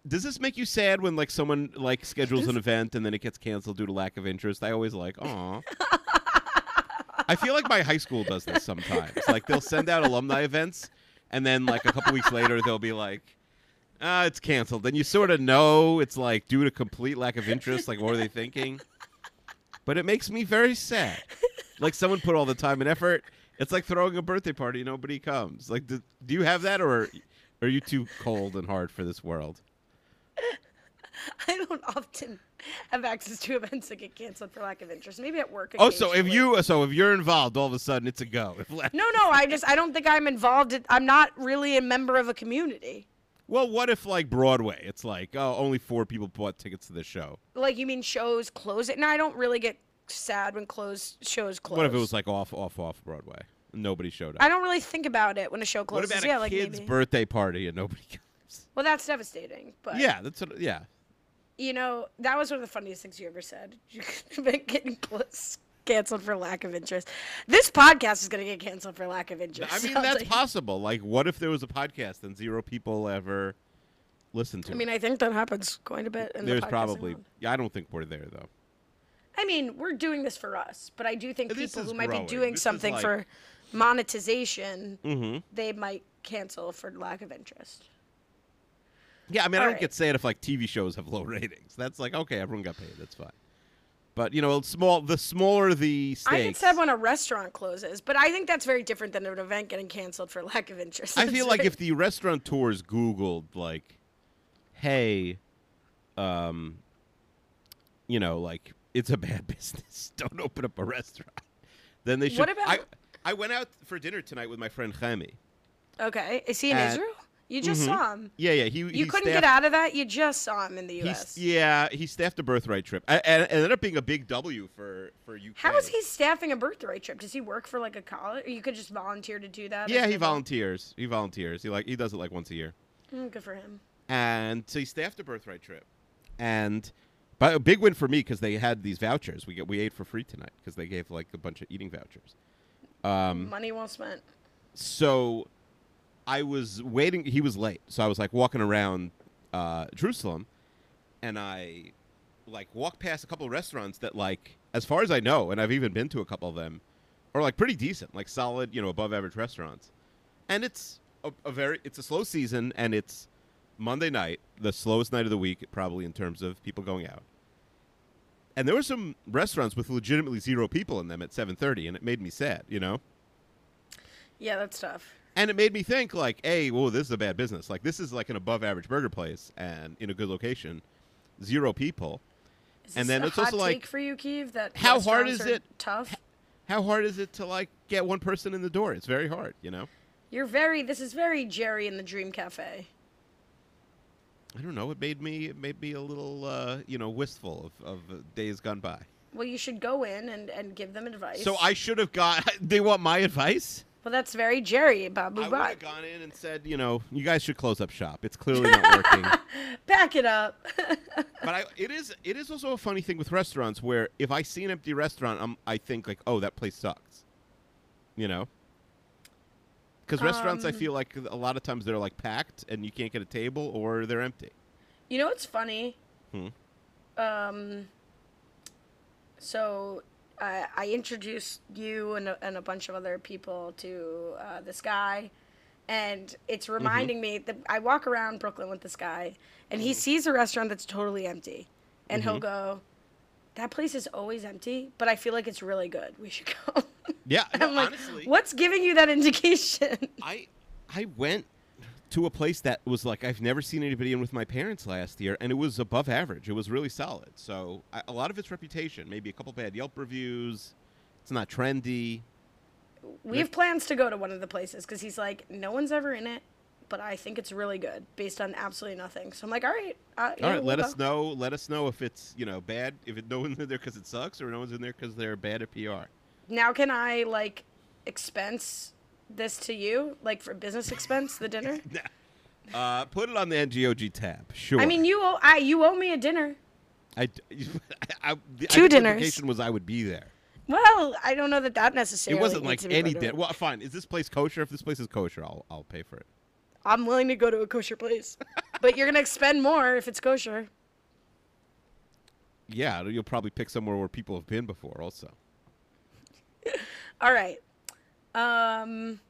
Speaker 3: does this make you sad when like someone like schedules an event and then it gets canceled due to lack of interest? I always like, aw. I feel like my high school does this sometimes. Like they'll send out alumni events, and then like a couple weeks later they'll be like, ah, it's canceled. Then you sort of know it's like due to complete lack of interest. Like what were they thinking? But it makes me very sad. Like someone put all the time and effort. It's like throwing a birthday party, nobody comes. Like, do, do you have that, or are you too cold and hard for this world?
Speaker 2: I don't often have access to events that get canceled for lack of interest. Maybe at work.
Speaker 3: Oh, so if
Speaker 2: occasionally.
Speaker 3: you so if you're involved, all of a sudden it's a go. If la-
Speaker 2: No, no, I just I don't think I'm involved. In, I'm not really a member of a community.
Speaker 3: Well, what if like Broadway? It's like oh, only four people bought tickets to this show.
Speaker 2: Like you mean shows close it? No, I don't really get sad when close shows close.
Speaker 3: What if it was like off, off, off Broadway? and Nobody showed up.
Speaker 2: I don't really think about it when a show
Speaker 3: what
Speaker 2: closes.
Speaker 3: about
Speaker 2: yeah,
Speaker 3: a
Speaker 2: like
Speaker 3: kid's
Speaker 2: maybe.
Speaker 3: birthday party and nobody comes?
Speaker 2: well, that's devastating. But
Speaker 3: Yeah, that's what, yeah.
Speaker 2: you know that was one of the funniest things you ever said. about getting close. Canceled for lack of interest. This podcast is going to get canceled for lack of interest.
Speaker 3: I mean,
Speaker 2: I'll
Speaker 3: that's
Speaker 2: tell you.
Speaker 3: possible. Like, what if there was a podcast and zero people ever listened to?
Speaker 2: I mean,
Speaker 3: it?
Speaker 2: I think that happens quite a bit. In the
Speaker 3: there's
Speaker 2: podcasting
Speaker 3: probably.
Speaker 2: world.
Speaker 3: Yeah, I don't think we're there though.
Speaker 2: I mean, we're doing this for us, but I do think
Speaker 3: This
Speaker 2: people
Speaker 3: is
Speaker 2: who might
Speaker 3: growing.
Speaker 2: be doing
Speaker 3: This is
Speaker 2: something
Speaker 3: like-
Speaker 2: for monetization,
Speaker 3: Mm-hmm.
Speaker 2: they might cancel for lack of interest.
Speaker 3: Yeah, I mean, I
Speaker 2: All
Speaker 3: don't
Speaker 2: right.
Speaker 3: get sad if like TV shows have low ratings. That's like okay, everyone got paid. That's fine. But you know, small the smaller the stakes.
Speaker 2: I get sad when a restaurant closes, but I think that's very different than an event getting canceled for lack of interest.
Speaker 3: I
Speaker 2: It's
Speaker 3: feel like
Speaker 2: very-
Speaker 3: if the restaurateurs Googled like, "Hey, um, you know, like it's a bad business. Don't open up a restaurant." Then they should.
Speaker 2: What about-
Speaker 3: I, I went out for dinner tonight with my friend Jaime.
Speaker 2: okay, is he in
Speaker 3: Uh,
Speaker 2: Israel? You just
Speaker 3: mhm.
Speaker 2: saw him.
Speaker 3: Yeah, yeah. He
Speaker 2: You
Speaker 3: he
Speaker 2: couldn't get
Speaker 3: staffed-
Speaker 2: out of that. You just saw him in the
Speaker 3: he
Speaker 2: U.S.
Speaker 3: s- yeah, he staffed a birthright trip. I, and it ended up being a big W for for Ukraine.
Speaker 2: How is he staffing a birthright trip? Does he work for like a college? Or you could just volunteer to do that.
Speaker 3: Yeah,
Speaker 2: as
Speaker 3: he
Speaker 2: the vol-
Speaker 3: volunteers. He volunteers. He like he does it like once a year.
Speaker 2: Mm, Good for him.
Speaker 3: And so he staffed a birthright trip, and but a big win for me because they had these vouchers. We get we ate for free tonight because they gave like a bunch of eating vouchers. Um,
Speaker 2: Money well spent.
Speaker 3: So I was waiting. He was late, so I was like walking around uh, Jerusalem, and I like walked past a couple of restaurants that like, as far as I know, and I've even been to a couple of them, are like pretty decent, like solid, you know, above average restaurants. And it's a, a very it's a slow season, and it's Monday night, the slowest night of the week, probably in terms of people going out. And there were some restaurants with legitimately zero people in them at 7:30, and it made me sad, you know.
Speaker 2: Yeah, that's tough.
Speaker 3: And it made me think, like, hey, whoa, this is a bad business. Like, this is like an above average burger place and in a good location, zero people.
Speaker 2: Is
Speaker 3: And
Speaker 2: this
Speaker 3: then
Speaker 2: a
Speaker 3: it's also
Speaker 2: hot
Speaker 3: like,
Speaker 2: take for you, Keeve, that
Speaker 3: how hard
Speaker 2: restaurants
Speaker 3: is
Speaker 2: are
Speaker 3: it-
Speaker 2: Tough.
Speaker 3: How hard is it to, like, get one person in the door? It's very hard, you know?
Speaker 2: You're very. This is very Jerry in the Dream Cafe.
Speaker 3: I don't know. It made me, it made me a little, uh, you know, wistful of, of uh, days gone by.
Speaker 2: Well, you should go in and, and give them advice.
Speaker 3: So I should have got, they want my advice?
Speaker 2: Well, that's very Jerry, Babu
Speaker 3: I would
Speaker 2: Bot.
Speaker 3: have gone in and said, you know, you guys should close up shop. It's clearly not working.
Speaker 2: Back it up.
Speaker 3: but I, it is it is also a funny thing with restaurants where if I see an empty restaurant, I'm, I think like, oh, that place sucks. You know, because restaurants,
Speaker 2: Um.
Speaker 3: I feel like a lot of times they're like packed and you can't get a table or they're empty.
Speaker 2: you know what's funny?
Speaker 3: Hmm.
Speaker 2: Um, so I, I introduced you and a, and a bunch of other people to uh, this guy, and it's
Speaker 3: Mm-hmm.
Speaker 2: reminding me that I walk around Brooklyn with this guy, and
Speaker 3: Mm-hmm.
Speaker 2: he sees a restaurant that's totally empty, and he'll go, "That place is always empty, but I feel like it's really good. We should go."
Speaker 3: Yeah,
Speaker 2: I'm
Speaker 3: no,
Speaker 2: like,
Speaker 3: honestly,
Speaker 2: "What's giving you that indication?"
Speaker 3: I I went to a place that was like I've never seen anybody in with my parents last year, and it was above average. It was really solid. So I, a lot of its reputation, maybe a couple bad Yelp reviews. It's not trendy.
Speaker 2: We have plans to go to one of the places because he's like, no one's ever in it, but I think it's really good based on absolutely nothing. So I'm like, all right, uh, yeah,
Speaker 3: All right,
Speaker 2: we'll
Speaker 3: let
Speaker 2: go."
Speaker 3: us know. Let us know if it's you know bad. If it, no one's in there because it sucks, or no one's in there because they're bad at PR.
Speaker 2: Now can I like expense this to you, like for business expense, the dinner?
Speaker 3: Nah. Uh, put it on the NGOG tab. Sure.
Speaker 2: I mean, you owe I you owe me a dinner.
Speaker 3: I, d- I- I- the- I
Speaker 2: Two
Speaker 3: think the
Speaker 2: dinners.
Speaker 3: implication was I would be there.
Speaker 2: Well, I don't know that that
Speaker 3: It
Speaker 2: necessarily.
Speaker 3: wasn't
Speaker 2: needs
Speaker 3: like
Speaker 2: to be
Speaker 3: any
Speaker 2: part of it.
Speaker 3: dinner. Well, fine. Is this place kosher? If this place is kosher, I'll I'll pay for it.
Speaker 2: I'm willing to go to a kosher place, but you're gonna expend more if it's kosher.
Speaker 3: Yeah, you'll probably pick somewhere where people have been before. Also,
Speaker 2: All right. Um,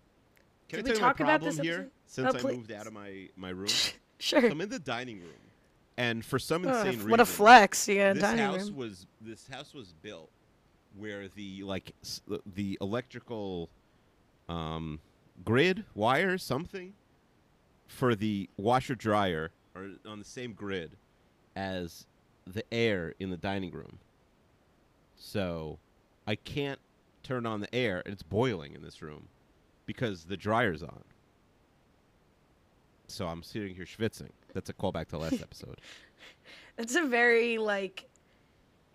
Speaker 2: Did
Speaker 3: can
Speaker 2: we
Speaker 3: I tell you my
Speaker 2: talk about
Speaker 3: problem
Speaker 2: this
Speaker 3: here?
Speaker 2: episode?
Speaker 3: Since
Speaker 2: Oh,
Speaker 3: I
Speaker 2: please.
Speaker 3: moved out of my my room,
Speaker 2: sure.
Speaker 3: I'm in the dining room, and for some
Speaker 2: Ugh,
Speaker 3: insane reason,
Speaker 2: what a flex! You got a
Speaker 3: this
Speaker 2: dining
Speaker 3: house
Speaker 2: room.
Speaker 3: was this house was built where the like s- the electrical um, grid wire something for the washer dryer are on the same grid as the air in the dining room. So I can't turn on the air and it's boiling in this room because the dryer's on. So I'm sitting here schwitzing. That's a callback to last episode.
Speaker 2: That's a very like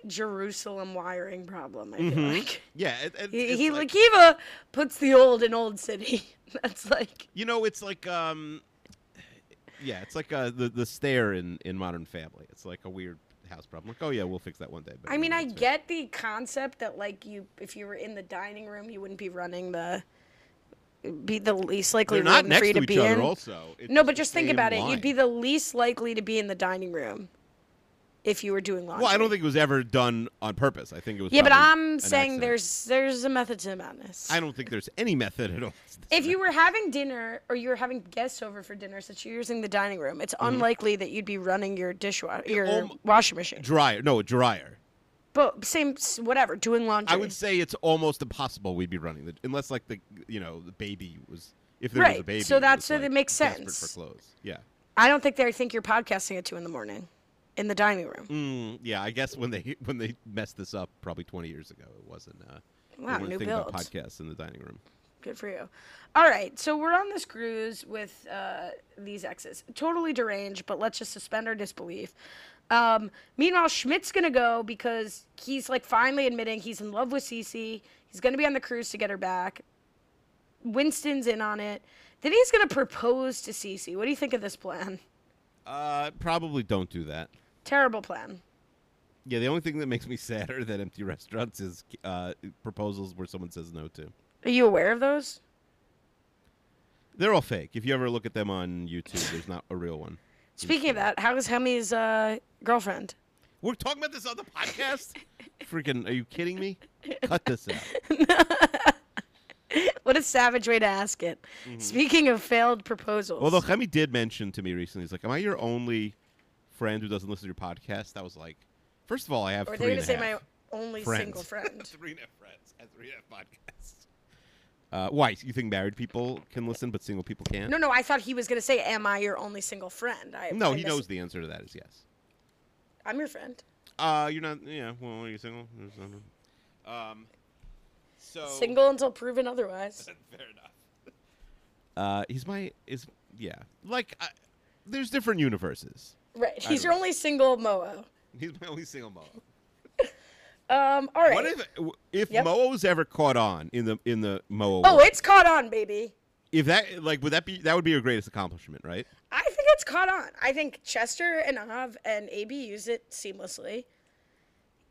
Speaker 2: Jerusalem wiring problem. I feel
Speaker 3: Mhm.
Speaker 2: like
Speaker 3: Yeah, it, it,
Speaker 2: he,
Speaker 3: it's
Speaker 2: he
Speaker 3: like-
Speaker 2: Lakiva puts the old in old city. That's like
Speaker 3: You know, it's like um, yeah, it's like uh, the the stair in in Modern Family. It's like a weird house problem. Like, oh yeah, we'll fix that one day. But
Speaker 2: I
Speaker 3: we
Speaker 2: mean I
Speaker 3: need to-
Speaker 2: get the concept that like you if you were in the dining room you wouldn't be running the it'd be the least likely
Speaker 3: they're not
Speaker 2: room for
Speaker 3: next
Speaker 2: you
Speaker 3: to
Speaker 2: to
Speaker 3: each
Speaker 2: be
Speaker 3: other.
Speaker 2: in.
Speaker 3: Also, It's
Speaker 2: no, but
Speaker 3: the
Speaker 2: just think
Speaker 3: same
Speaker 2: about it. You'd be
Speaker 3: line.
Speaker 2: the least likely to be in the dining room if you were doing laundry.
Speaker 3: well. I don't think it was ever done on purpose. I think it was.
Speaker 2: Yeah, but
Speaker 3: probably
Speaker 2: I'm
Speaker 3: an
Speaker 2: saying
Speaker 3: accident.
Speaker 2: there's there's a method to madness.
Speaker 3: I don't think there's any method at all. to this
Speaker 2: If you were having dinner or you were having guests over for dinner, since you're using the dining room, it's
Speaker 3: Mm-hmm.
Speaker 2: unlikely that you'd be running your dishwasher, your
Speaker 3: alm-
Speaker 2: washing machine.
Speaker 3: dryer, no a dryer.
Speaker 2: But same, s- whatever, doing laundry.
Speaker 3: I would say it's almost impossible we'd be running the unless like the you know the baby was if there was a
Speaker 2: Right,
Speaker 3: baby.
Speaker 2: so
Speaker 3: it
Speaker 2: that's-
Speaker 3: was,
Speaker 2: so that
Speaker 3: like,
Speaker 2: makes
Speaker 3: desperate
Speaker 2: sense.
Speaker 3: for clothes. Yeah.
Speaker 2: I don't think they think you're podcasting at two in the morning, in the dining room.
Speaker 3: Mm, yeah, I guess when they when they messed this up probably 20 years ago, it wasn't. Uh, they
Speaker 2: Wow,
Speaker 3: weren't
Speaker 2: new
Speaker 3: thinking about
Speaker 2: builds.
Speaker 3: podcasts in the dining room.
Speaker 2: Good for you. All right, so we're on this cruise with uh, these exes. Totally deranged, but let's just suspend our disbelief. Um, meanwhile, Schmidt's gonna go because he's like finally admitting he's in love with Cece. He's gonna be on the cruise to get her back. Winston's in on it. Then he's gonna propose to Cece. What do you think of this plan?
Speaker 3: Uh, probably don't do that.
Speaker 2: Terrible plan.
Speaker 3: Yeah, the only thing that makes me sadder than empty restaurants is uh, proposals where someone says no to.
Speaker 2: Are you aware of those?
Speaker 3: They're all fake. If you ever look at them on YouTube, there's not a real one.
Speaker 2: Speaking of that, how is Hemi's uh, girlfriend?
Speaker 3: We're talking about this on the podcast. Freaking, are you kidding me? Cut this out.
Speaker 2: What a savage way to ask it. Speaking of failed proposals.
Speaker 3: Although Hemi did mention to me recently, he's like, "Am I your only friend who doesn't listen to your podcast?" I was like, first of all, I have
Speaker 2: Or
Speaker 3: three
Speaker 2: they're
Speaker 3: and
Speaker 2: gonna
Speaker 3: a
Speaker 2: say
Speaker 3: half.
Speaker 2: my only
Speaker 3: friends.
Speaker 2: single friend.
Speaker 3: three and a half friends at three and a half podcasts. Uh, why? You think married people can listen, but single people can't?
Speaker 2: No, no, I thought he was gonna say, "Am I your only single friend?" I,
Speaker 3: No,
Speaker 2: I
Speaker 3: he
Speaker 2: mis-
Speaker 3: knows the answer to that is yes.
Speaker 2: I'm your friend.
Speaker 3: Uh, you're not. Yeah. Well, are you single? There's nothing. Um. So
Speaker 2: Single until proven otherwise.
Speaker 3: Fair enough. Uh, he's my is yeah. Like, I, there's different universes.
Speaker 2: Right. He's
Speaker 3: don't
Speaker 2: your
Speaker 3: know.
Speaker 2: only single Moa.
Speaker 3: He's my only single mom.
Speaker 2: Um, all right.
Speaker 3: What if if
Speaker 2: Yep.
Speaker 3: Mo's ever caught on in the in the Moa?
Speaker 2: oh,
Speaker 3: world,
Speaker 2: it's caught on, baby.
Speaker 3: if that like would that be that would be your greatest accomplishment, right?
Speaker 2: I think it's caught on. I think Chester and Av and AB use it seamlessly.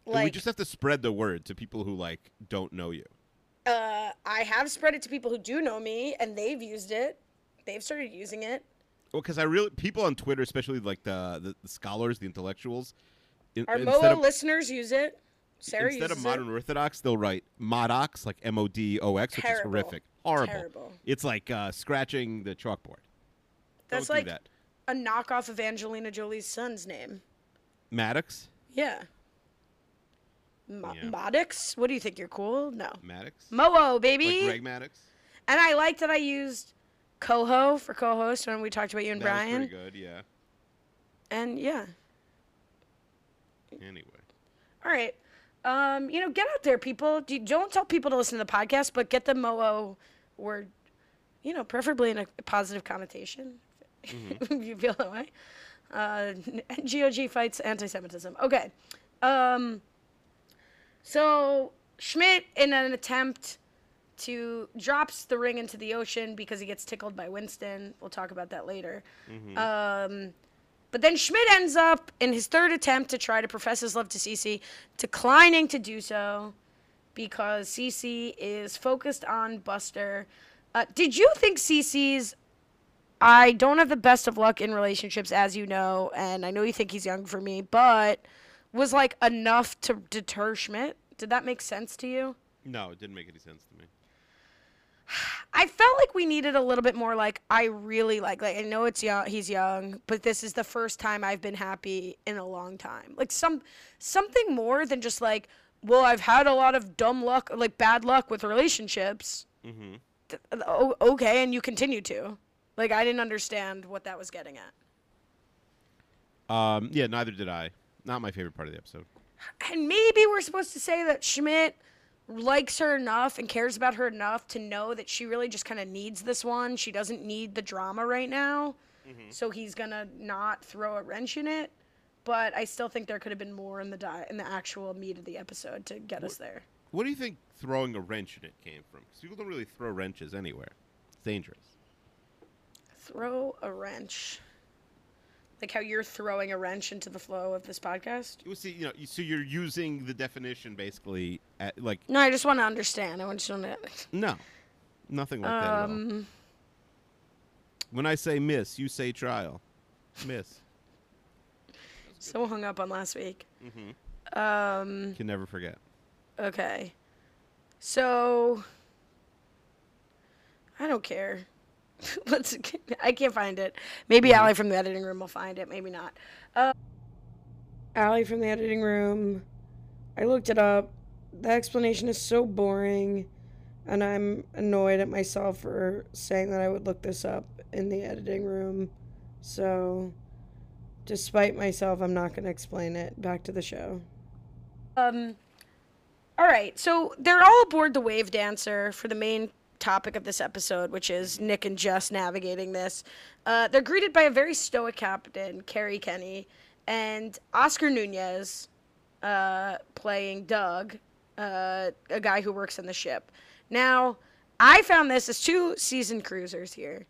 Speaker 3: And we
Speaker 2: Like,
Speaker 3: just have to spread the word to people who like don't know you.
Speaker 2: uh, I have spread it to people who do know me, and they've used it. They've started using it.
Speaker 3: Well, because I really people on Twitter, especially like the the, the scholars, the intellectuals, in,
Speaker 2: Our
Speaker 3: instead
Speaker 2: MOA
Speaker 3: of
Speaker 2: listeners use it. Sarah
Speaker 3: instead
Speaker 2: uses
Speaker 3: of modern
Speaker 2: it.
Speaker 3: orthodox, they'll write modox like M O D O X, which is
Speaker 2: Terrible.
Speaker 3: horrific, horrible.
Speaker 2: Terrible.
Speaker 3: It's like uh, scratching the chalkboard.
Speaker 2: That's
Speaker 3: Don't
Speaker 2: like
Speaker 3: do that.
Speaker 2: a knockoff of Angelina Jolie's son's name.
Speaker 3: Maddox,
Speaker 2: Yeah. Mo-
Speaker 3: Yeah.
Speaker 2: Modix? What do you think? You're cool? No.
Speaker 3: Maddox,
Speaker 2: Moa,
Speaker 3: like
Speaker 2: baby.
Speaker 3: Greg Maddox.
Speaker 2: and I like that I used Coho for co-host when we talked about you and
Speaker 3: That
Speaker 2: Brian.
Speaker 3: was pretty good. Yeah.
Speaker 2: And yeah.
Speaker 3: Anyway,
Speaker 2: All right. Um, you know, get out there, people. Do, don't tell people to listen to the podcast, but get the Moa word, you know, preferably in a positive connotation. if you feel that way. Uh, GOG fights anti Semitism. Okay. Um, so Schmidt, in an attempt to drops the ring into the ocean because he gets tickled by Winston. We'll talk about that later. Um, but then Schmidt ends up in his third attempt to try to profess his love to Cece, declining to do so because Cece is focused on Buster. Uh, did you think Cece's? I don't have the best of luck in relationships, as you know, and I know you think he's young for me, but was like enough to deter Schmidt. Did that make sense to you?
Speaker 3: no, it didn't make any sense to me.
Speaker 2: I felt like we needed a little bit more like I really like like I know it's young he's young, but this is the first time I've been happy in a long time. Like some something more than just like, well, I've had a lot of dumb luck, like bad luck with relationships. Th- o- okay, and you continue to. Like I didn't understand what that was getting at.
Speaker 3: Um, yeah, neither did I. Not my favorite part of the episode.
Speaker 2: and maybe we're supposed to say that Schmidt likes her enough and cares about her enough to know that she really just kind of needs this one. She doesn't need the drama right now. So he's going to not throw a wrench in it. But I still think there could have been more in the di- in the actual meat of the episode to get us there.
Speaker 3: What do you think throwing a wrench in it came from? Because people don't really throw wrenches anywhere. It's dangerous.
Speaker 2: Throw a wrench. Like how you're throwing a wrench into the flow of this podcast.
Speaker 3: You see, you know, so you're using the definition basically, at, like
Speaker 2: No, I just want to understand. I just want to.
Speaker 3: no, nothing like that at all.
Speaker 2: Um,
Speaker 3: When I say miss, you say trial. Miss.
Speaker 2: so hung up on last week.
Speaker 3: Mhm.
Speaker 2: Um.
Speaker 3: Can never forget.
Speaker 2: Okay. So I don't care. Let's. I can't find it. Maybe Allie from the editing room will find it. Maybe not. Uh, Allie from the editing room. I looked it up. The explanation is so boring, and I'm annoyed at myself for saying that I would look this up in the editing room. So, despite myself, I'm not going to explain it. Back to the show. Um. All right, so they're all aboard the Wave Dancer for the main topic of this episode, which is Nick and Jess navigating this. Uh, they're greeted by a very stoic captain, Carrie Kenny, and Oscar Nunez uh, playing Doug, uh, a guy who works on the ship. Now, I found this as two seasoned cruisers here.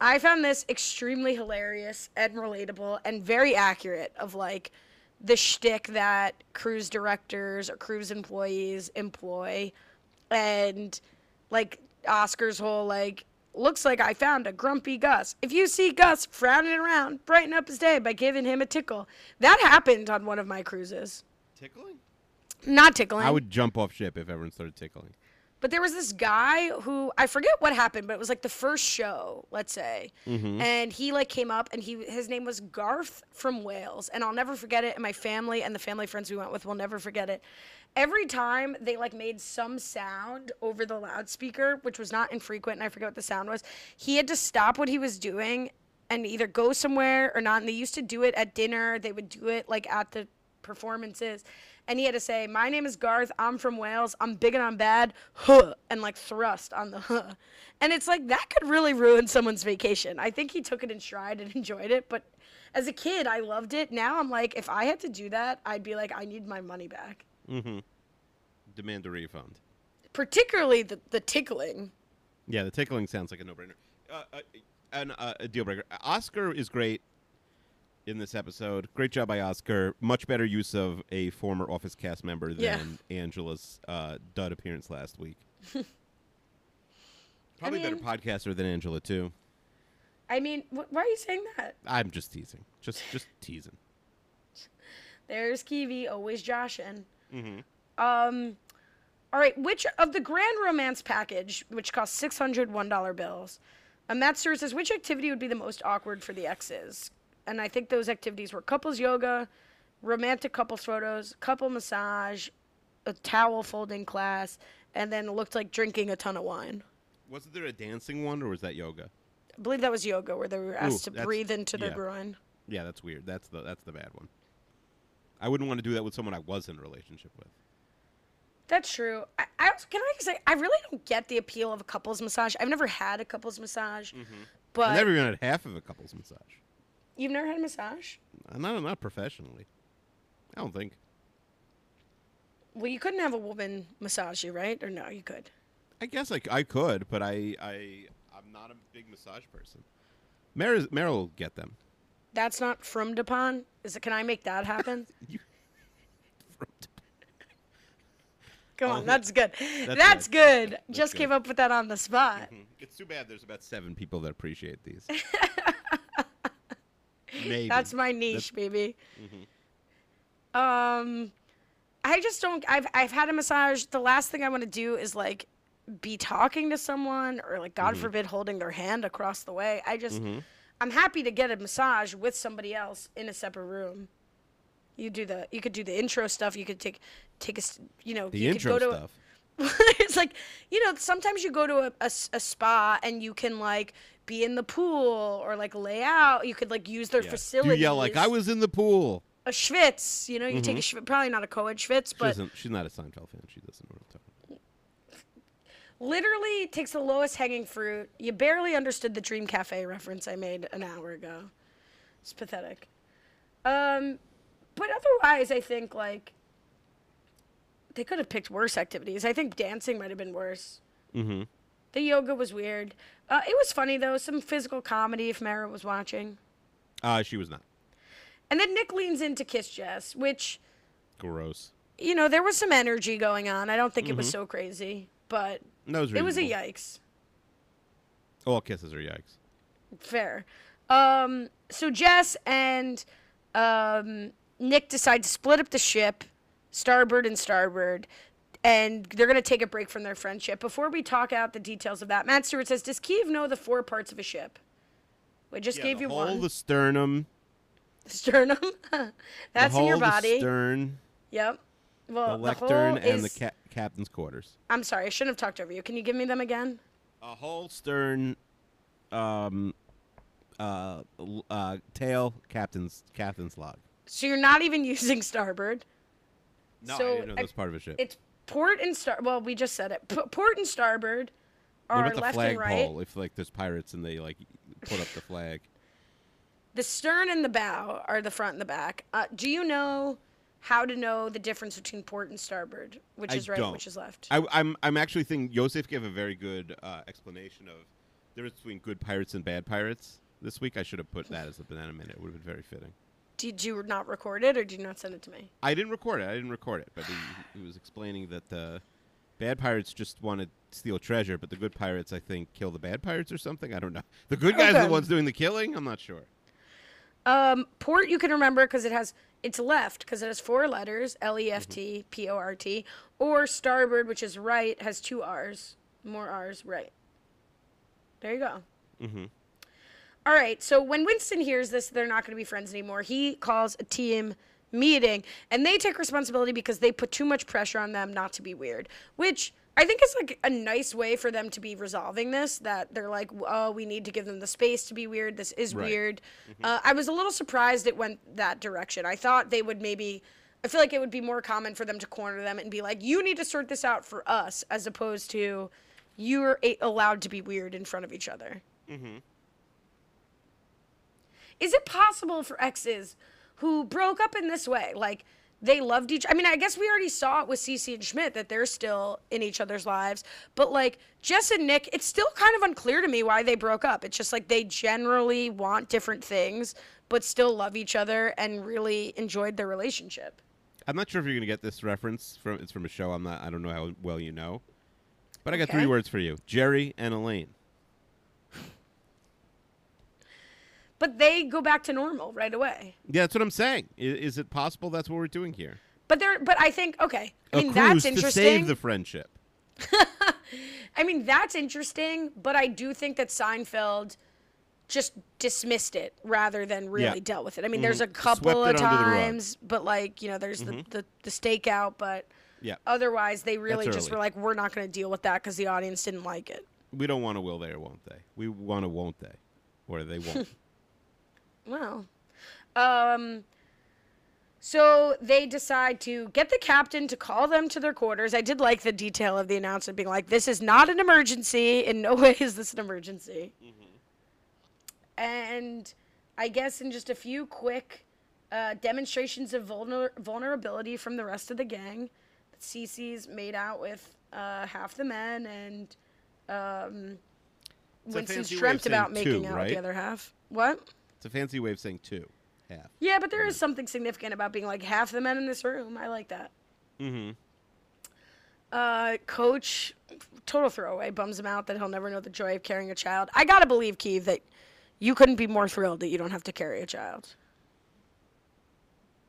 Speaker 2: I found this extremely hilarious and relatable and very accurate of like the shtick that cruise directors or cruise employees employ. And like Oscar's whole like looks like I found a grumpy Gus. If you see Gus frowning around, brighten up his day by giving him a tickle. That happened on one of my cruises.
Speaker 3: Tickling?
Speaker 2: Not tickling.
Speaker 3: I would jump off ship if everyone started tickling.
Speaker 2: But there was this guy who I forget what happened, but it was like the first show, let's say, and he like came up and he his name was Garth from Wales, and I'll never forget it. And my family and the family friends we went with will never forget it. Every time they like made some sound over the loudspeaker, which was not infrequent, and I forget what the sound was. He had to stop what he was doing and either go somewhere or not. And they used to do it at dinner. They would do it like at the performances. And he had to say, My name is Garth. I'm from Wales. I'm big and I'm bad. Huh. And like thrust on the huh. And it's like, that could really ruin someone's vacation. I think he took it in stride and enjoyed it. But as a kid, I loved it. Now I'm like, if I had to do that, I'd be like, I need my money back.
Speaker 3: Mm-hmm. Demand a refund.
Speaker 2: particularly the, the tickling.
Speaker 3: Yeah, the tickling sounds like a no-brainer. Uh, uh, an, uh, a deal breaker. Oscar is great in this episode. Great job by Oscar. Much better use of a former Office cast member
Speaker 2: Yeah.
Speaker 3: than Angela's uh, dud appearance last week.
Speaker 2: mean-
Speaker 3: Probably better podcaster than Angela too.
Speaker 2: I mean, wh- why are you saying that?
Speaker 3: I'm just teasing. Just just teasing.
Speaker 2: There's Kiwi, always joshing.
Speaker 3: Mm-hmm.
Speaker 2: Um, all right, which of the Grand Romance package, which costs six hundred one dollar bills, and that serves as which activity would be the most awkward for the exes? And I think those activities were couples yoga, romantic couples photos, couple massage, a towel folding class, and then it looked like drinking a ton of wine.
Speaker 3: Wasn't there a dancing one or was that yoga?
Speaker 2: I believe that was yoga, where they were asked to
Speaker 3: that's-
Speaker 2: breathe into their
Speaker 3: yeah.
Speaker 2: groin.
Speaker 3: Yeah, that's weird. That's the that's the bad one. I wouldn't want to do that with someone I was in a relationship with.
Speaker 2: That's true. I, I also, can I just say I really don't get the appeal of a couples massage. I've never had a couples massage, but
Speaker 3: I've Mm-hmm. never even had half of a couple's massage.
Speaker 2: you've never had a massage.
Speaker 3: Uh, Not not professionally. I don't think.
Speaker 2: Well, you couldn't have a woman massage you, right? Or no, you could.
Speaker 3: I guess I, c- I could, but I I I'm not a big massage person. Mer- Meryl will get them.
Speaker 2: That's not from Dupont. Is it? Can I make that happen?
Speaker 3: You-
Speaker 2: Come
Speaker 3: Oh,
Speaker 2: on, that's good. That's, good.
Speaker 3: good. That's
Speaker 2: Just
Speaker 3: good.
Speaker 2: came up with that on the spot.
Speaker 3: it's too bad there's about seven people that appreciate these. Maybe.
Speaker 2: That's my niche, baby.
Speaker 3: Mm-hmm.
Speaker 2: Um, I just don't. I've I've had a massage. The last thing I want to do is like be talking to someone or like
Speaker 3: Mm-hmm.
Speaker 2: God forbid holding their hand across the way. I just I'm happy to get a massage with somebody else in a separate room. You do the you could do the intro stuff. You could take take a s- you know
Speaker 3: the
Speaker 2: you
Speaker 3: intro
Speaker 2: could go to
Speaker 3: stuff.
Speaker 2: it's like you know sometimes you go to a, a s- a spa and you can like be in the pool or like lay out you could like use their
Speaker 3: You
Speaker 2: facilities
Speaker 3: yell like I was in the pool.
Speaker 2: a schwitz you know you take a schwitz probably not a co-ed schwitz
Speaker 3: She
Speaker 2: but
Speaker 3: doesn't. She's not a Seinfeld fan. She doesn't know what I'm talking. About.
Speaker 2: literally takes the lowest hanging fruit you barely understood the dream cafe reference i made an hour ago it's pathetic um but otherwise i think like they could have picked worse activities i think dancing might have been worse
Speaker 3: Mm-hmm.
Speaker 2: The yoga was weird. Uh, it was funny though, some physical comedy if Mara was watching.
Speaker 3: Uh, she was not.
Speaker 2: And then Nick leans in to kiss Jess, which
Speaker 3: Gross.
Speaker 2: you know there was some energy going on. I don't think it was so crazy, but
Speaker 3: No, it was,
Speaker 2: it was a
Speaker 3: reasonable.
Speaker 2: yikes.
Speaker 3: All kisses are yikes.
Speaker 2: Fair. Um, so Jess and um, Nick decide to split up the ship, starboard and starboard, and they're going to take a break from their friendship. Before we talk out the details of that, Matt Stewart says, "Does Kiev know the four parts of a ship?" We just gave
Speaker 3: the
Speaker 2: you
Speaker 3: whole
Speaker 2: one.
Speaker 3: the sternum.
Speaker 2: sternum. That's
Speaker 3: the
Speaker 2: in your
Speaker 3: whole, the
Speaker 2: body.
Speaker 3: stern,
Speaker 2: yep.
Speaker 3: the
Speaker 2: Well, the,
Speaker 3: lectern,
Speaker 2: whole
Speaker 3: and
Speaker 2: is-
Speaker 3: the ca- captain's quarters.
Speaker 2: I'm sorry, I shouldn't have talked over you. Can you give me them again?
Speaker 3: a whole stern um uh, l- uh tail captain's captain's log
Speaker 2: So you're not even using starboard.
Speaker 3: no
Speaker 2: So,
Speaker 3: i didn't know
Speaker 2: I-
Speaker 3: this part of a ship
Speaker 2: It's port and star. Well, we just said it. P- port and starboard
Speaker 3: what
Speaker 2: are
Speaker 3: about the
Speaker 2: left and right.
Speaker 3: flagpole if like there's pirates and they like put up the flag
Speaker 2: The stern and the bow are the front and the back. Uh, do you know how to know the difference between port and starboard, which
Speaker 3: I
Speaker 2: is right,
Speaker 3: don't.
Speaker 2: which is left?
Speaker 3: I, i'm i'm actually thinking joseph gave a very good uh, explanation of the difference between good pirates and bad pirates this week i should have put that as a banana minute it would have been very fitting
Speaker 2: Did you not record it, or did you not send it to me?
Speaker 3: I didn't record it. I didn't record it, but he, he was explaining that the bad pirates just want to steal treasure, but the good pirates, I think, kill the bad pirates or something. I don't know. The good guys are
Speaker 2: Okay.
Speaker 3: the ones doing the killing. I'm not sure.
Speaker 2: Um, port you can remember because it has it's left because it has four letters L E F T
Speaker 3: Mm-hmm.
Speaker 2: P O R T or starboard which is right has two R's more R's right. There you go. Mm-hmm. right, so when Winston hears this, they're not going to be friends anymore. He calls a team meeting, and they take responsibility because they put too much pressure on them not to be weird, which. I think is like a nice way for them to be resolving this. That they're like, oh, we need to give them the space to be weird. This is
Speaker 3: Right.
Speaker 2: weird weird. Uh, I was a little surprised it went that direction. I thought they would maybe. I feel like it would be more common for them to corner them and be like, "You need to sort this out for us," as opposed to, "You're a- allowed to be weird in front of each other." Is it possible for exes who broke up in this way, like they loved each I mean, I guess we already saw it with Cece and Schmidt that they're still in each other's lives. But like Jess and Nick, it's still kind of unclear to me why they broke up. It's just like they generally want different things, but still love each other and really enjoyed their relationship.
Speaker 3: I'm not sure if you're gonna get this reference from. It's from a show. I'm not. I don't know how well you know, but I got three
Speaker 2: Okay.
Speaker 3: words for you: Jerry and Elaine.
Speaker 2: But they go back to normal right away.
Speaker 3: Yeah, that's what I'm saying. I- Is, it possible that's what we're doing here?
Speaker 2: But they're but I think okay. I
Speaker 3: a
Speaker 2: mean
Speaker 3: cruise
Speaker 2: that's interesting.
Speaker 3: to save the friendship.
Speaker 2: I mean, that's interesting, but I do think that Seinfeld just dismissed it rather than really
Speaker 3: Yeah. Mm-hmm.
Speaker 2: dealt with it. I mean, there's a couple
Speaker 3: Swept
Speaker 2: of
Speaker 3: it under the rug. Mm-hmm.
Speaker 2: times, but like, you know, there's the, the, the stakeout, but
Speaker 3: Yeah,
Speaker 2: Oh. otherwise they really just
Speaker 3: early.
Speaker 2: were like, we're not going to deal with that because the audience didn't like it.
Speaker 3: we don't want to will they or won't they. We want to won't they, or they won't.
Speaker 2: Well, um, so they decide to get the captain to call them to their quarters. I did like the detail of the announcement being like, "This is not an emergency. In no way is this an emergency."
Speaker 3: Mm-hmm.
Speaker 2: And I guess in just a few quick uh, demonstrations of vulner- vulnerability from the rest of the gang, Cece's made out with uh, half the men, and um,
Speaker 3: a
Speaker 2: Winston's
Speaker 3: fancy way of
Speaker 2: dreamt
Speaker 3: saying
Speaker 2: about
Speaker 3: two,
Speaker 2: making out with
Speaker 3: right?
Speaker 2: the other half. What?
Speaker 3: it's a fancy way of saying two, half.
Speaker 2: Yeah, but there is something significant about being like half the men in this room. I like that.
Speaker 3: Mm-hmm.
Speaker 2: Uh, coach, total throwaway, bums him out that he'll never know the joy of carrying a child. I gotta believe, Keith, that you couldn't be more thrilled that you don't have to carry a child.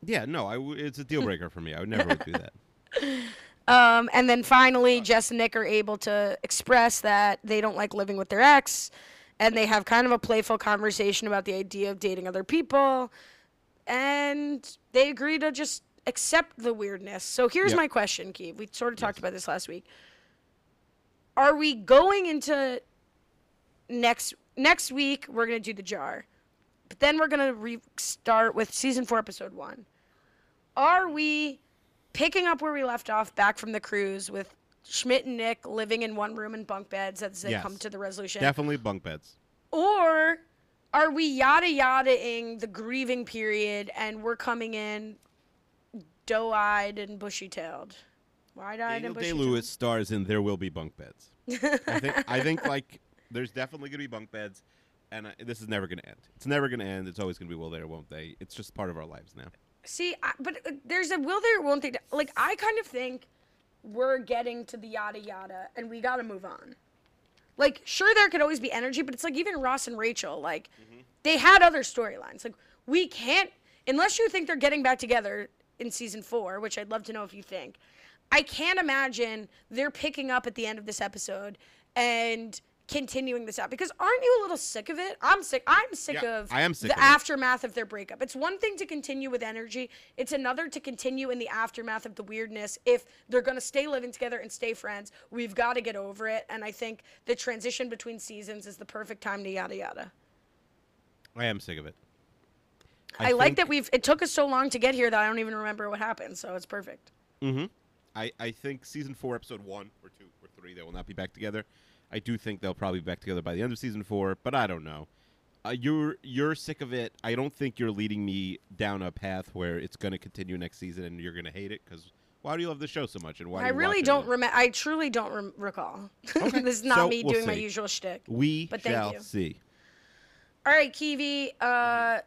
Speaker 3: Yeah, no, I w- it's a deal breaker for me. I would never would do that.
Speaker 2: Um, and then finally, Jess and Nick are able to express that they don't like living with their ex, and they have kind of a playful conversation about the idea of dating other people, and they agree to just accept the weirdness. So here's
Speaker 3: Yep.
Speaker 2: my question, Keith. We sort of talked about this last week. Are we going into next next week? We're gonna do the jar, but then we're gonna restart with season four, episode one. Are we picking up where we left off back from the cruise with Schmidt and Nick living in one room in bunk beds as they
Speaker 3: Yes.
Speaker 2: come to the resolution?
Speaker 3: Definitely bunk beds.
Speaker 2: or are we yada yadaing the grieving period and we're coming in doe eyed and bushy tailed? Wide eyed
Speaker 3: Daniel
Speaker 2: and
Speaker 3: Day
Speaker 2: bushy
Speaker 3: Lewis stars in There Will Be Bunk Beds. I think I think like there's definitely gonna be bunk beds, and I, this is never gonna end. It's never gonna end. It's always gonna be will they or won't they. It's just part of our lives now.
Speaker 2: See, I, but uh, there's a will there or won't they? Like, I kind of think we're getting to the yada yada, and we gotta move on. Like, sure, there could always be energy, but it's like even Ross and Rachel, like, they had other storylines. Like, we can't, unless you think they're getting back together in season four, which I'd love to know if you think. I can't imagine they're picking up at the end of this episode and continuing this out because aren't you a little sick of it? I'm sick. I'm sick
Speaker 3: Yeah,
Speaker 2: of
Speaker 3: I am sick
Speaker 2: the
Speaker 3: of it.
Speaker 2: aftermath of their breakup. It's one thing to continue with energy, it's another to continue in the aftermath of the weirdness. If they're going to stay living together and stay friends, we've got to get over it. And I think the transition between seasons is the perfect time to yada yada.
Speaker 3: I am sick of it.
Speaker 2: I, like
Speaker 3: think-
Speaker 2: that we've, it took us so long to get here that I don't even remember what happened. So it's perfect.
Speaker 3: I, I think season four, episode one or two or three, they will not be back together. I do think they'll probably be back together by the end of season four, but I don't know. Uh, you're you're sick of it. I don't think you're leading me down a path where it's going to continue next season and you're going to hate it because why do you love the show so much and why? do
Speaker 2: I
Speaker 3: you watch
Speaker 2: really
Speaker 3: it
Speaker 2: don't
Speaker 3: again?
Speaker 2: remember. I truly don't rem- recall. this is not
Speaker 3: so
Speaker 2: me
Speaker 3: we'll
Speaker 2: doing my
Speaker 3: see.
Speaker 2: usual shtick.
Speaker 3: We
Speaker 2: But thank
Speaker 3: shall
Speaker 2: you.
Speaker 3: see.
Speaker 2: All right, Kiwi. Uh,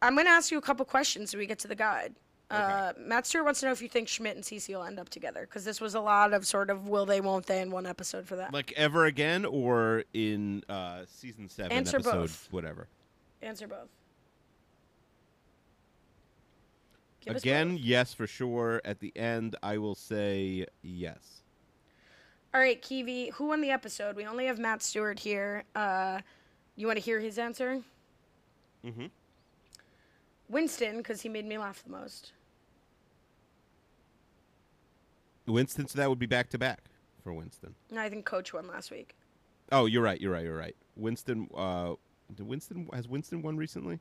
Speaker 2: I'm going to ask you a couple questions so we get to the guide. Uh, Matt Stewart wants to know if you think Schmidt and Cece will end up together because this was a lot of sort of will they, won't they in one episode for that.
Speaker 3: Like ever again or in uh, season seven,
Speaker 2: Answer
Speaker 3: episode
Speaker 2: both.
Speaker 3: whatever.
Speaker 2: Answer both. Give us
Speaker 3: Again,
Speaker 2: both.
Speaker 3: yes for sure. At the end, I will say yes.
Speaker 2: All right, Kiwi. Who won the episode? We only have Matt Stewart here. Uh, you want to hear his answer?
Speaker 3: Mhm.
Speaker 2: Winston, because he made me laugh the most.
Speaker 3: Winston, so that would be back to back for Winston.
Speaker 2: And I think Coach won last week.
Speaker 3: Oh, you're right. You're right. You're right. Winston. Uh, did Winston has Winston won recently?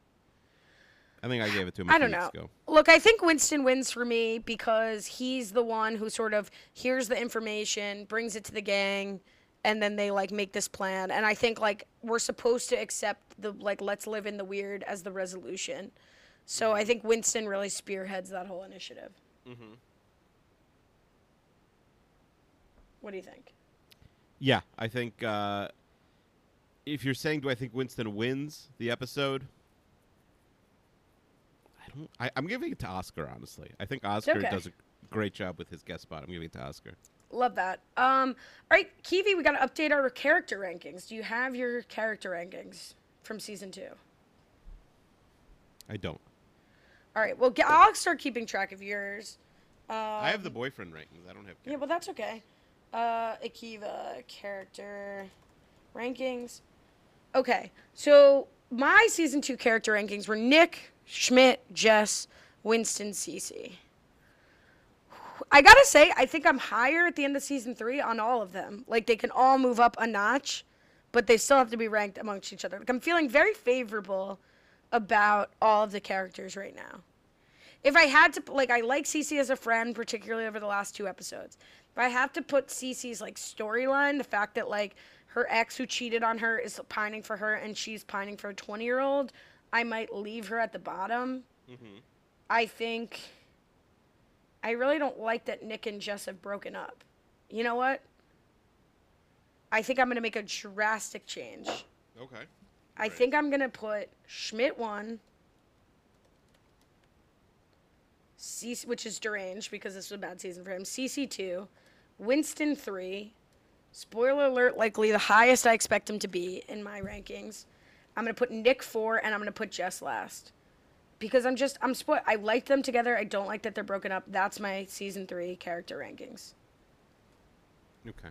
Speaker 3: I think I gave it to him. I
Speaker 2: I don't know. Look, I think Winston wins for me because he's the one who sort of hears the information, brings it to the gang, and then they like make this plan. And I think like we're supposed to accept the like let's live in the weird as the resolution. So I think Winston really spearheads that whole initiative.
Speaker 3: Mm-hmm.
Speaker 2: What do you think?
Speaker 3: Yeah, I think uh, if you're saying, do I think Winston wins the episode? I don't. I, I'm giving it to Oscar. Honestly, I think Oscar
Speaker 2: okay.
Speaker 3: does a great job with his guest spot. I'm giving it to Oscar.
Speaker 2: Love that. Um, all right, Kiwi, we got to update our character rankings. Do you have your character rankings from season two?
Speaker 3: I don't.
Speaker 2: All right, well, get, I'll start keeping track of yours. Um,
Speaker 3: I have the boyfriend rankings. I don't have.
Speaker 2: Yeah, well, that's okay. Uh, Akiva character rankings. Okay, so my season two character rankings were Nick, Schmidt, Jess, Winston, Cece. I gotta say, I think I'm higher at the end of season three on all of them. Like they can all move up a notch, but they still have to be ranked amongst each other. Like I'm feeling very favorable about all of the characters right now. If I had to, like, I like Cece as a friend, particularly over the last two episodes. If I have to put Cece's like storyline, the fact that like her ex who cheated on her is pining for her, and she's pining for a 20 year old, I might leave her at the bottom.
Speaker 3: Mm-hmm.
Speaker 2: I think I really don't like that Nick and Jess have broken up. You know what? I think I'm going to make a drastic change.
Speaker 3: Okay.
Speaker 2: I
Speaker 3: Right.
Speaker 2: think I'm going to put Schmidt one, Cece, which is deranged because this was a bad season for him, CC two, Winston three. Spoiler alert, likely the highest I expect him to be in my rankings. I'm going to put Nick four, and I'm going to put Jess last because I'm just I'm spoiled. I like them together. I don't like that they're broken up. That's my season three character rankings.
Speaker 3: Okay.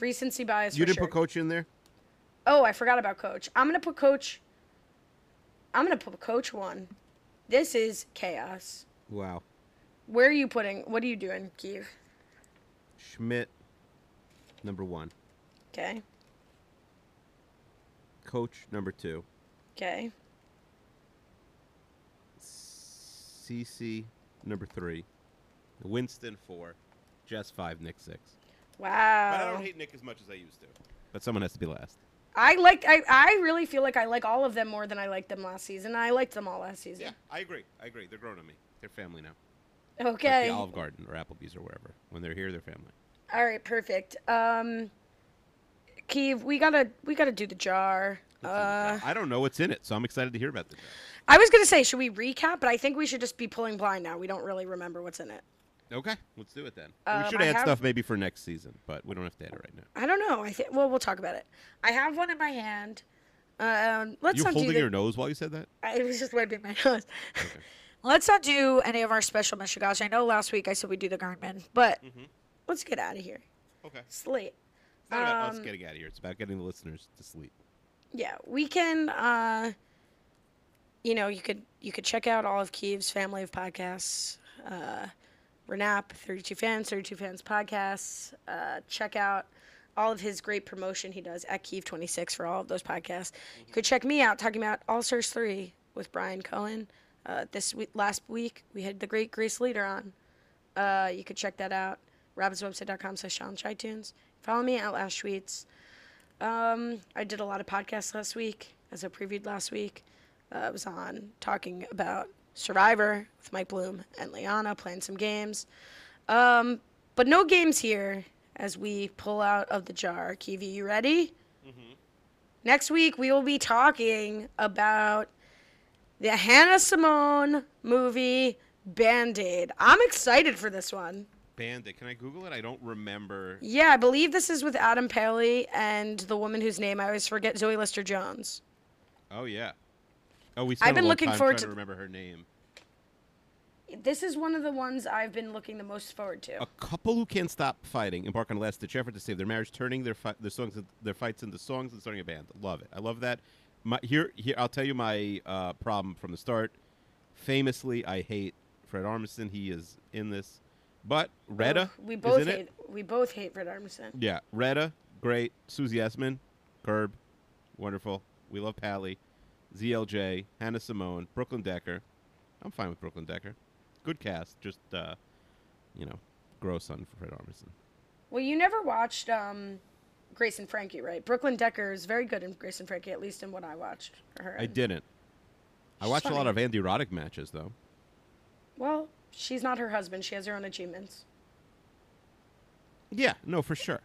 Speaker 2: Recency bias.
Speaker 3: You
Speaker 2: for
Speaker 3: didn't
Speaker 2: sure.
Speaker 3: put Coach in there.
Speaker 2: Oh, I forgot about coach. I'm gonna put coach. I'm gonna put coach one. This is chaos.
Speaker 3: Wow.
Speaker 2: Where are you putting? What are you doing, Keev?
Speaker 3: Schmidt, number one.
Speaker 2: Okay.
Speaker 3: Coach, number two.
Speaker 2: Okay.
Speaker 3: CC, number three. Winston, four. Jess, five. Nick, six. But I
Speaker 2: Wow.
Speaker 3: don't hate Nick as much as I used to. But someone has to be last.
Speaker 2: I like. I I really feel like I like all of them more than I liked them last season. I liked them all last season.
Speaker 3: I agree. I agree. They're grown on me. They're family now.
Speaker 2: Okay.
Speaker 3: the Olive Garden or Applebee's or wherever. When they're here, they're family.
Speaker 2: All right, perfect. Um, Keev, we gotta we gotta do the jar. Uh,
Speaker 3: I don't know what's in it, so I'm excited to hear about this.
Speaker 2: I was gonna say, should we recap? But I think we should just be pulling blind now. We don't really remember what's in it.
Speaker 3: Okay, let's do it then.
Speaker 2: Um,
Speaker 3: we should
Speaker 2: I
Speaker 3: add
Speaker 2: have-
Speaker 3: stuff maybe for next season, but we don't have to add it right now.
Speaker 2: I don't know. I think. Well, we'll talk about it. I have one in my hand. Um, let's
Speaker 3: you
Speaker 2: not do
Speaker 3: holding
Speaker 2: the-
Speaker 3: your nose while you said that?
Speaker 2: I it was just wiping my nose. Let's not do any of our special Meshigash. I know last week I said we do the Garmin, but
Speaker 3: Mm-hmm.
Speaker 2: let's get out of here.
Speaker 3: Okay.
Speaker 2: It's late.
Speaker 3: It's not about us
Speaker 2: Um,
Speaker 3: getting out of here. It's about getting the listeners to sleep.
Speaker 2: yeah we can uh you know you could you could check out all of Kiev's family of podcasts uh renap 32 fans 32 fans podcasts uh check out all of his great promotion he does at Kiev 26 for all of those podcasts you could check me out talking about all stars 3 with brian cohen uh, this week, last week we had the great grace leader on uh, you could check that out robinswebsite.com slash challenge itunes follow me at last tweets um, I did a lot of podcasts last week, as I previewed last week. Uh, I was on talking about Survivor with Mike Bloom and Liana, playing some games. Um, but no games here as we pull out of the jar. Kivi, you ready? Next week, we will be talking about the Hannah Simone movie Band Aid. I'm excited for this one.
Speaker 3: Bandit. Can I Google it? I don't remember.
Speaker 2: Yeah, I believe this is with Adam Paley and the woman whose name I always forget, Zoe Lister Jones.
Speaker 3: Oh yeah. Oh, we. Spent
Speaker 2: been
Speaker 3: a long
Speaker 2: looking
Speaker 3: time
Speaker 2: forward
Speaker 3: trying
Speaker 2: to-
Speaker 3: to remember her name.
Speaker 2: This is one of the ones I've been looking the most forward to.
Speaker 3: A couple who can't stop fighting embark on a last-ditch effort to save their marriage, turning their fi- their songs their fights into songs and starting a band. Love it. I love that. My, here, here, I'll tell you my uh, problem from the start. Famously, I hate Fred Armisen. He is in this, but Retta.
Speaker 2: we
Speaker 3: is
Speaker 2: both
Speaker 3: in it.
Speaker 2: hate. We both hate Fred Armisen.
Speaker 3: Yeah, Retta, great. Susie Essman, Curb, wonderful. We love Pally, ZLJ, Hannah Simone, Brooklyn Decker. I'm fine with Brooklyn Decker. Good cast, just uh, you know, gross on Fred Armisen.
Speaker 2: Well, you never watched um, Grace and Frankie, right? Brooklyn Decker is very good in Grace and Frankie, at least in what I watched. Her.
Speaker 3: I
Speaker 2: in.
Speaker 3: didn't. I
Speaker 2: She's
Speaker 3: watched a lot
Speaker 2: funny.
Speaker 3: of Andy Roddick matches though.
Speaker 2: Well, She's not her husband. She has her own achievements.
Speaker 3: Yeah, no, for sure.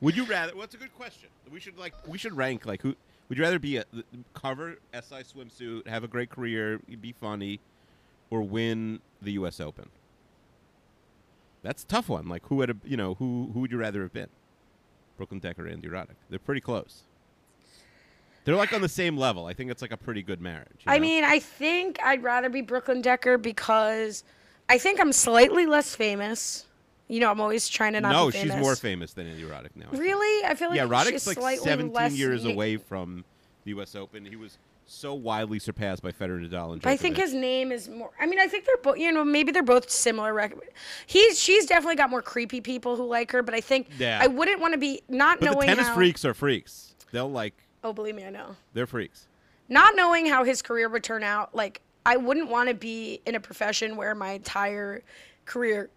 Speaker 3: would you rather? What's a good question? We should like we should rank like who would you rather be a th- cover SI swimsuit, have a great career, be funny, or win the U.S. Open? That's a tough one. Like who would have you know who who would you rather have been? Brooklyn Decker and Roddick. They're pretty close. They're like on the same level. I think it's like a pretty good marriage. you
Speaker 2: I
Speaker 3: know?
Speaker 2: mean, I think I'd rather be Brooklyn Decker because I think I'm slightly less famous. You know, I'm always trying to not
Speaker 3: no,
Speaker 2: be famous.
Speaker 3: she's more famous than Andy Roddick now. I think.
Speaker 2: Really? I feel like
Speaker 3: yeah,
Speaker 2: she's
Speaker 3: Roddick's like
Speaker 2: slightly
Speaker 3: 17
Speaker 2: less
Speaker 3: years
Speaker 2: na-
Speaker 3: away from the U.S. Open. He was so widely surpassed by Federer, Nadal, and Djokovic.
Speaker 2: But I think his name is more. I mean, I think they're both. You know, maybe they're both similar. Rec- he's she's definitely got more creepy people who like her. But I think
Speaker 3: Yeah.
Speaker 2: I wouldn't want to be not
Speaker 3: But the
Speaker 2: knowing
Speaker 3: tennis
Speaker 2: how.
Speaker 3: freaks are freaks. They'll like
Speaker 2: Oh, believe me, I know.
Speaker 3: they're freaks.
Speaker 2: Not knowing how his career would turn out. Like I wouldn't want to be in a profession where my entire career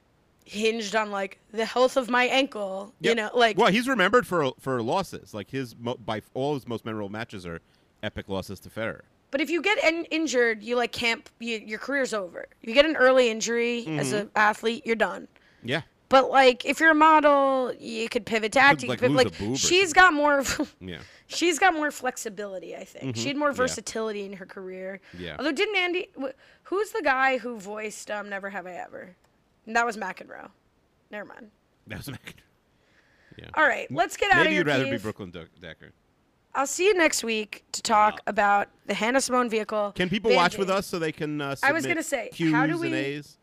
Speaker 2: hinged on like the health of my ankle. You
Speaker 3: Yep.
Speaker 2: know, like
Speaker 3: well, he's remembered for for losses. Like his mo- by f- all his most memorable matches are epic losses to Federer.
Speaker 2: But if you get in- injured, you like can't. You, your career's over. You get an early injury as
Speaker 3: Mm-hmm.
Speaker 2: an athlete, you're done.
Speaker 3: Yeah,
Speaker 2: But like, if you're a model, you could pivot to acting.
Speaker 3: like,
Speaker 2: but
Speaker 3: lose a
Speaker 2: like,
Speaker 3: boob or
Speaker 2: she's
Speaker 3: something.
Speaker 2: got more. of-
Speaker 3: yeah.
Speaker 2: she's got more flexibility. I think she had more versatility in her career.
Speaker 3: Mm-hmm. Yeah.
Speaker 2: Although didn't Andy? wh- Who's the guy who voiced um, "Never Have I Ever"? And that was McEnroe. Never mind.
Speaker 3: That was
Speaker 2: All right, let's get out
Speaker 3: Maybe
Speaker 2: of
Speaker 3: you'd
Speaker 2: here.
Speaker 3: rather be
Speaker 2: Keith.
Speaker 3: Brooklyn Dec- Decker.
Speaker 2: I'll see you next week to talk about the Hannah Simone vehicle.
Speaker 3: Can people watch with us so they can? Uh,
Speaker 2: I was
Speaker 3: submit
Speaker 2: gonna say,
Speaker 3: Q's
Speaker 2: how do
Speaker 3: and
Speaker 2: we-
Speaker 3: A's?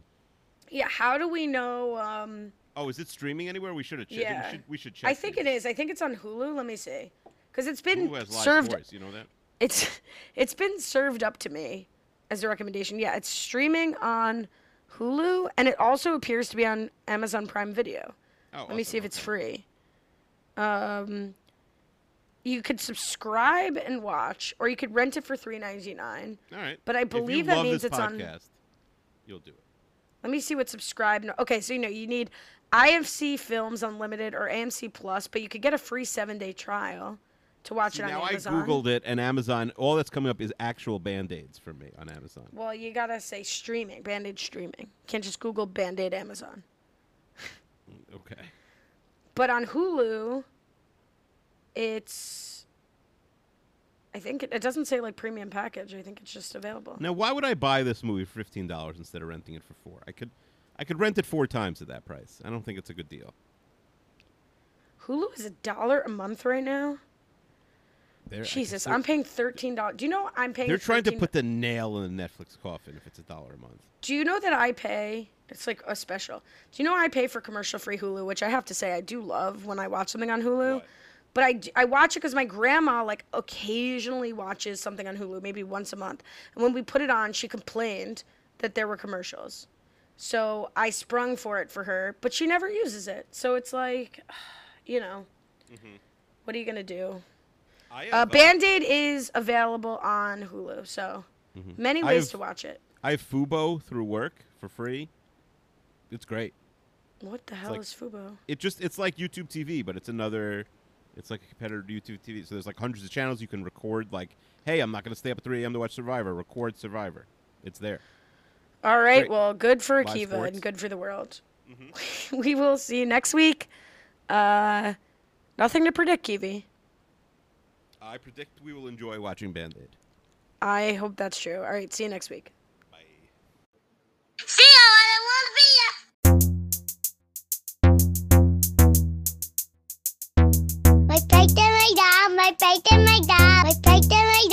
Speaker 2: Yeah. How do we know? Um,
Speaker 3: Oh, is it streaming anywhere? We should have. checked.
Speaker 2: Yeah.
Speaker 3: We should, we should check.
Speaker 2: I think it is. I think it's on Hulu. Let me see. Because it's been
Speaker 3: Who has live
Speaker 2: served.
Speaker 3: scores, You know that.
Speaker 2: It's it's been served up to me as a recommendation. Yeah, it's streaming on Hulu, and it also appears to be on Amazon Prime Video.
Speaker 3: Oh,
Speaker 2: Let me
Speaker 3: awesome,
Speaker 2: see if
Speaker 3: okay.
Speaker 2: it's free. Um, you could subscribe and watch, or you could rent it for three ninety nine.
Speaker 3: All right.
Speaker 2: But I
Speaker 3: If you
Speaker 2: believe that
Speaker 3: love
Speaker 2: means
Speaker 3: this
Speaker 2: it's on-
Speaker 3: podcast, You'll do it.
Speaker 2: Let me see what subscribe. No, okay, so you know you need IFC Films Unlimited or AMC Plus, but you could get a free seven day trial to watch
Speaker 3: See,
Speaker 2: it on
Speaker 3: now I
Speaker 2: Amazon.
Speaker 3: googled it, and Amazon. All that's coming up is actual band aids for me on Amazon.
Speaker 2: Well, you gotta say streaming, Band Aid streaming. Can't just Google Band Aid Amazon.
Speaker 3: Okay.
Speaker 2: But on Hulu, it's. I think it, it doesn't say like premium package. I think it's just available.
Speaker 3: Now, why would I buy this movie for fifteen dollars instead of renting it for four? I could, I could rent it four times at that price. I don't think it's a good deal.
Speaker 2: Hulu is a dollar a month right now.
Speaker 3: They're, I can
Speaker 2: Jesus,
Speaker 3: still-
Speaker 2: I'm paying thirteen dollars. Do you know I'm paying?
Speaker 3: They're trying to
Speaker 2: 13
Speaker 3: put the nail in the Netflix coffin if it's a dollar a month.
Speaker 2: Do you know that I pay? It's like a special. Do you know I pay for commercial free Hulu, which I have to say I do love when I watch something on Hulu.
Speaker 3: What?
Speaker 2: But I, d- I watch it because my grandma like occasionally watches something on Hulu, maybe once a month. And when we put it on, she complained that there were commercials. So I sprung for it for her, but she never uses it. So it's like, you know,
Speaker 3: Mm-hmm.
Speaker 2: what are you gonna do?
Speaker 3: I
Speaker 2: Uh,
Speaker 3: have,
Speaker 2: Band Aid is available on Hulu, so many
Speaker 3: I
Speaker 2: ways
Speaker 3: have-
Speaker 2: to watch it.
Speaker 3: I have Fubo through work for free. It's great.
Speaker 2: What the hell
Speaker 3: like-
Speaker 2: is Fubo?
Speaker 3: it just it's like YouTube TV, but it's another. It's like a competitor to YouTube TV. So there's like hundreds of channels you can record. Like, hey, I'm not going to stay up at 3 a.m. to watch Survivor. Record Survivor. It's there.
Speaker 2: All right.
Speaker 3: Great.
Speaker 2: Well, good for
Speaker 3: Live
Speaker 2: Akiva
Speaker 3: sports.
Speaker 2: and good for the world. we will see you next week. Uh, nothing to predict, Kiwi.
Speaker 3: I predict we will enjoy watching Band Aid.
Speaker 2: I hope that's true. All right. See you next week.
Speaker 4: See you on the one video. My plate and my dog, my plate and my dog, my plate and my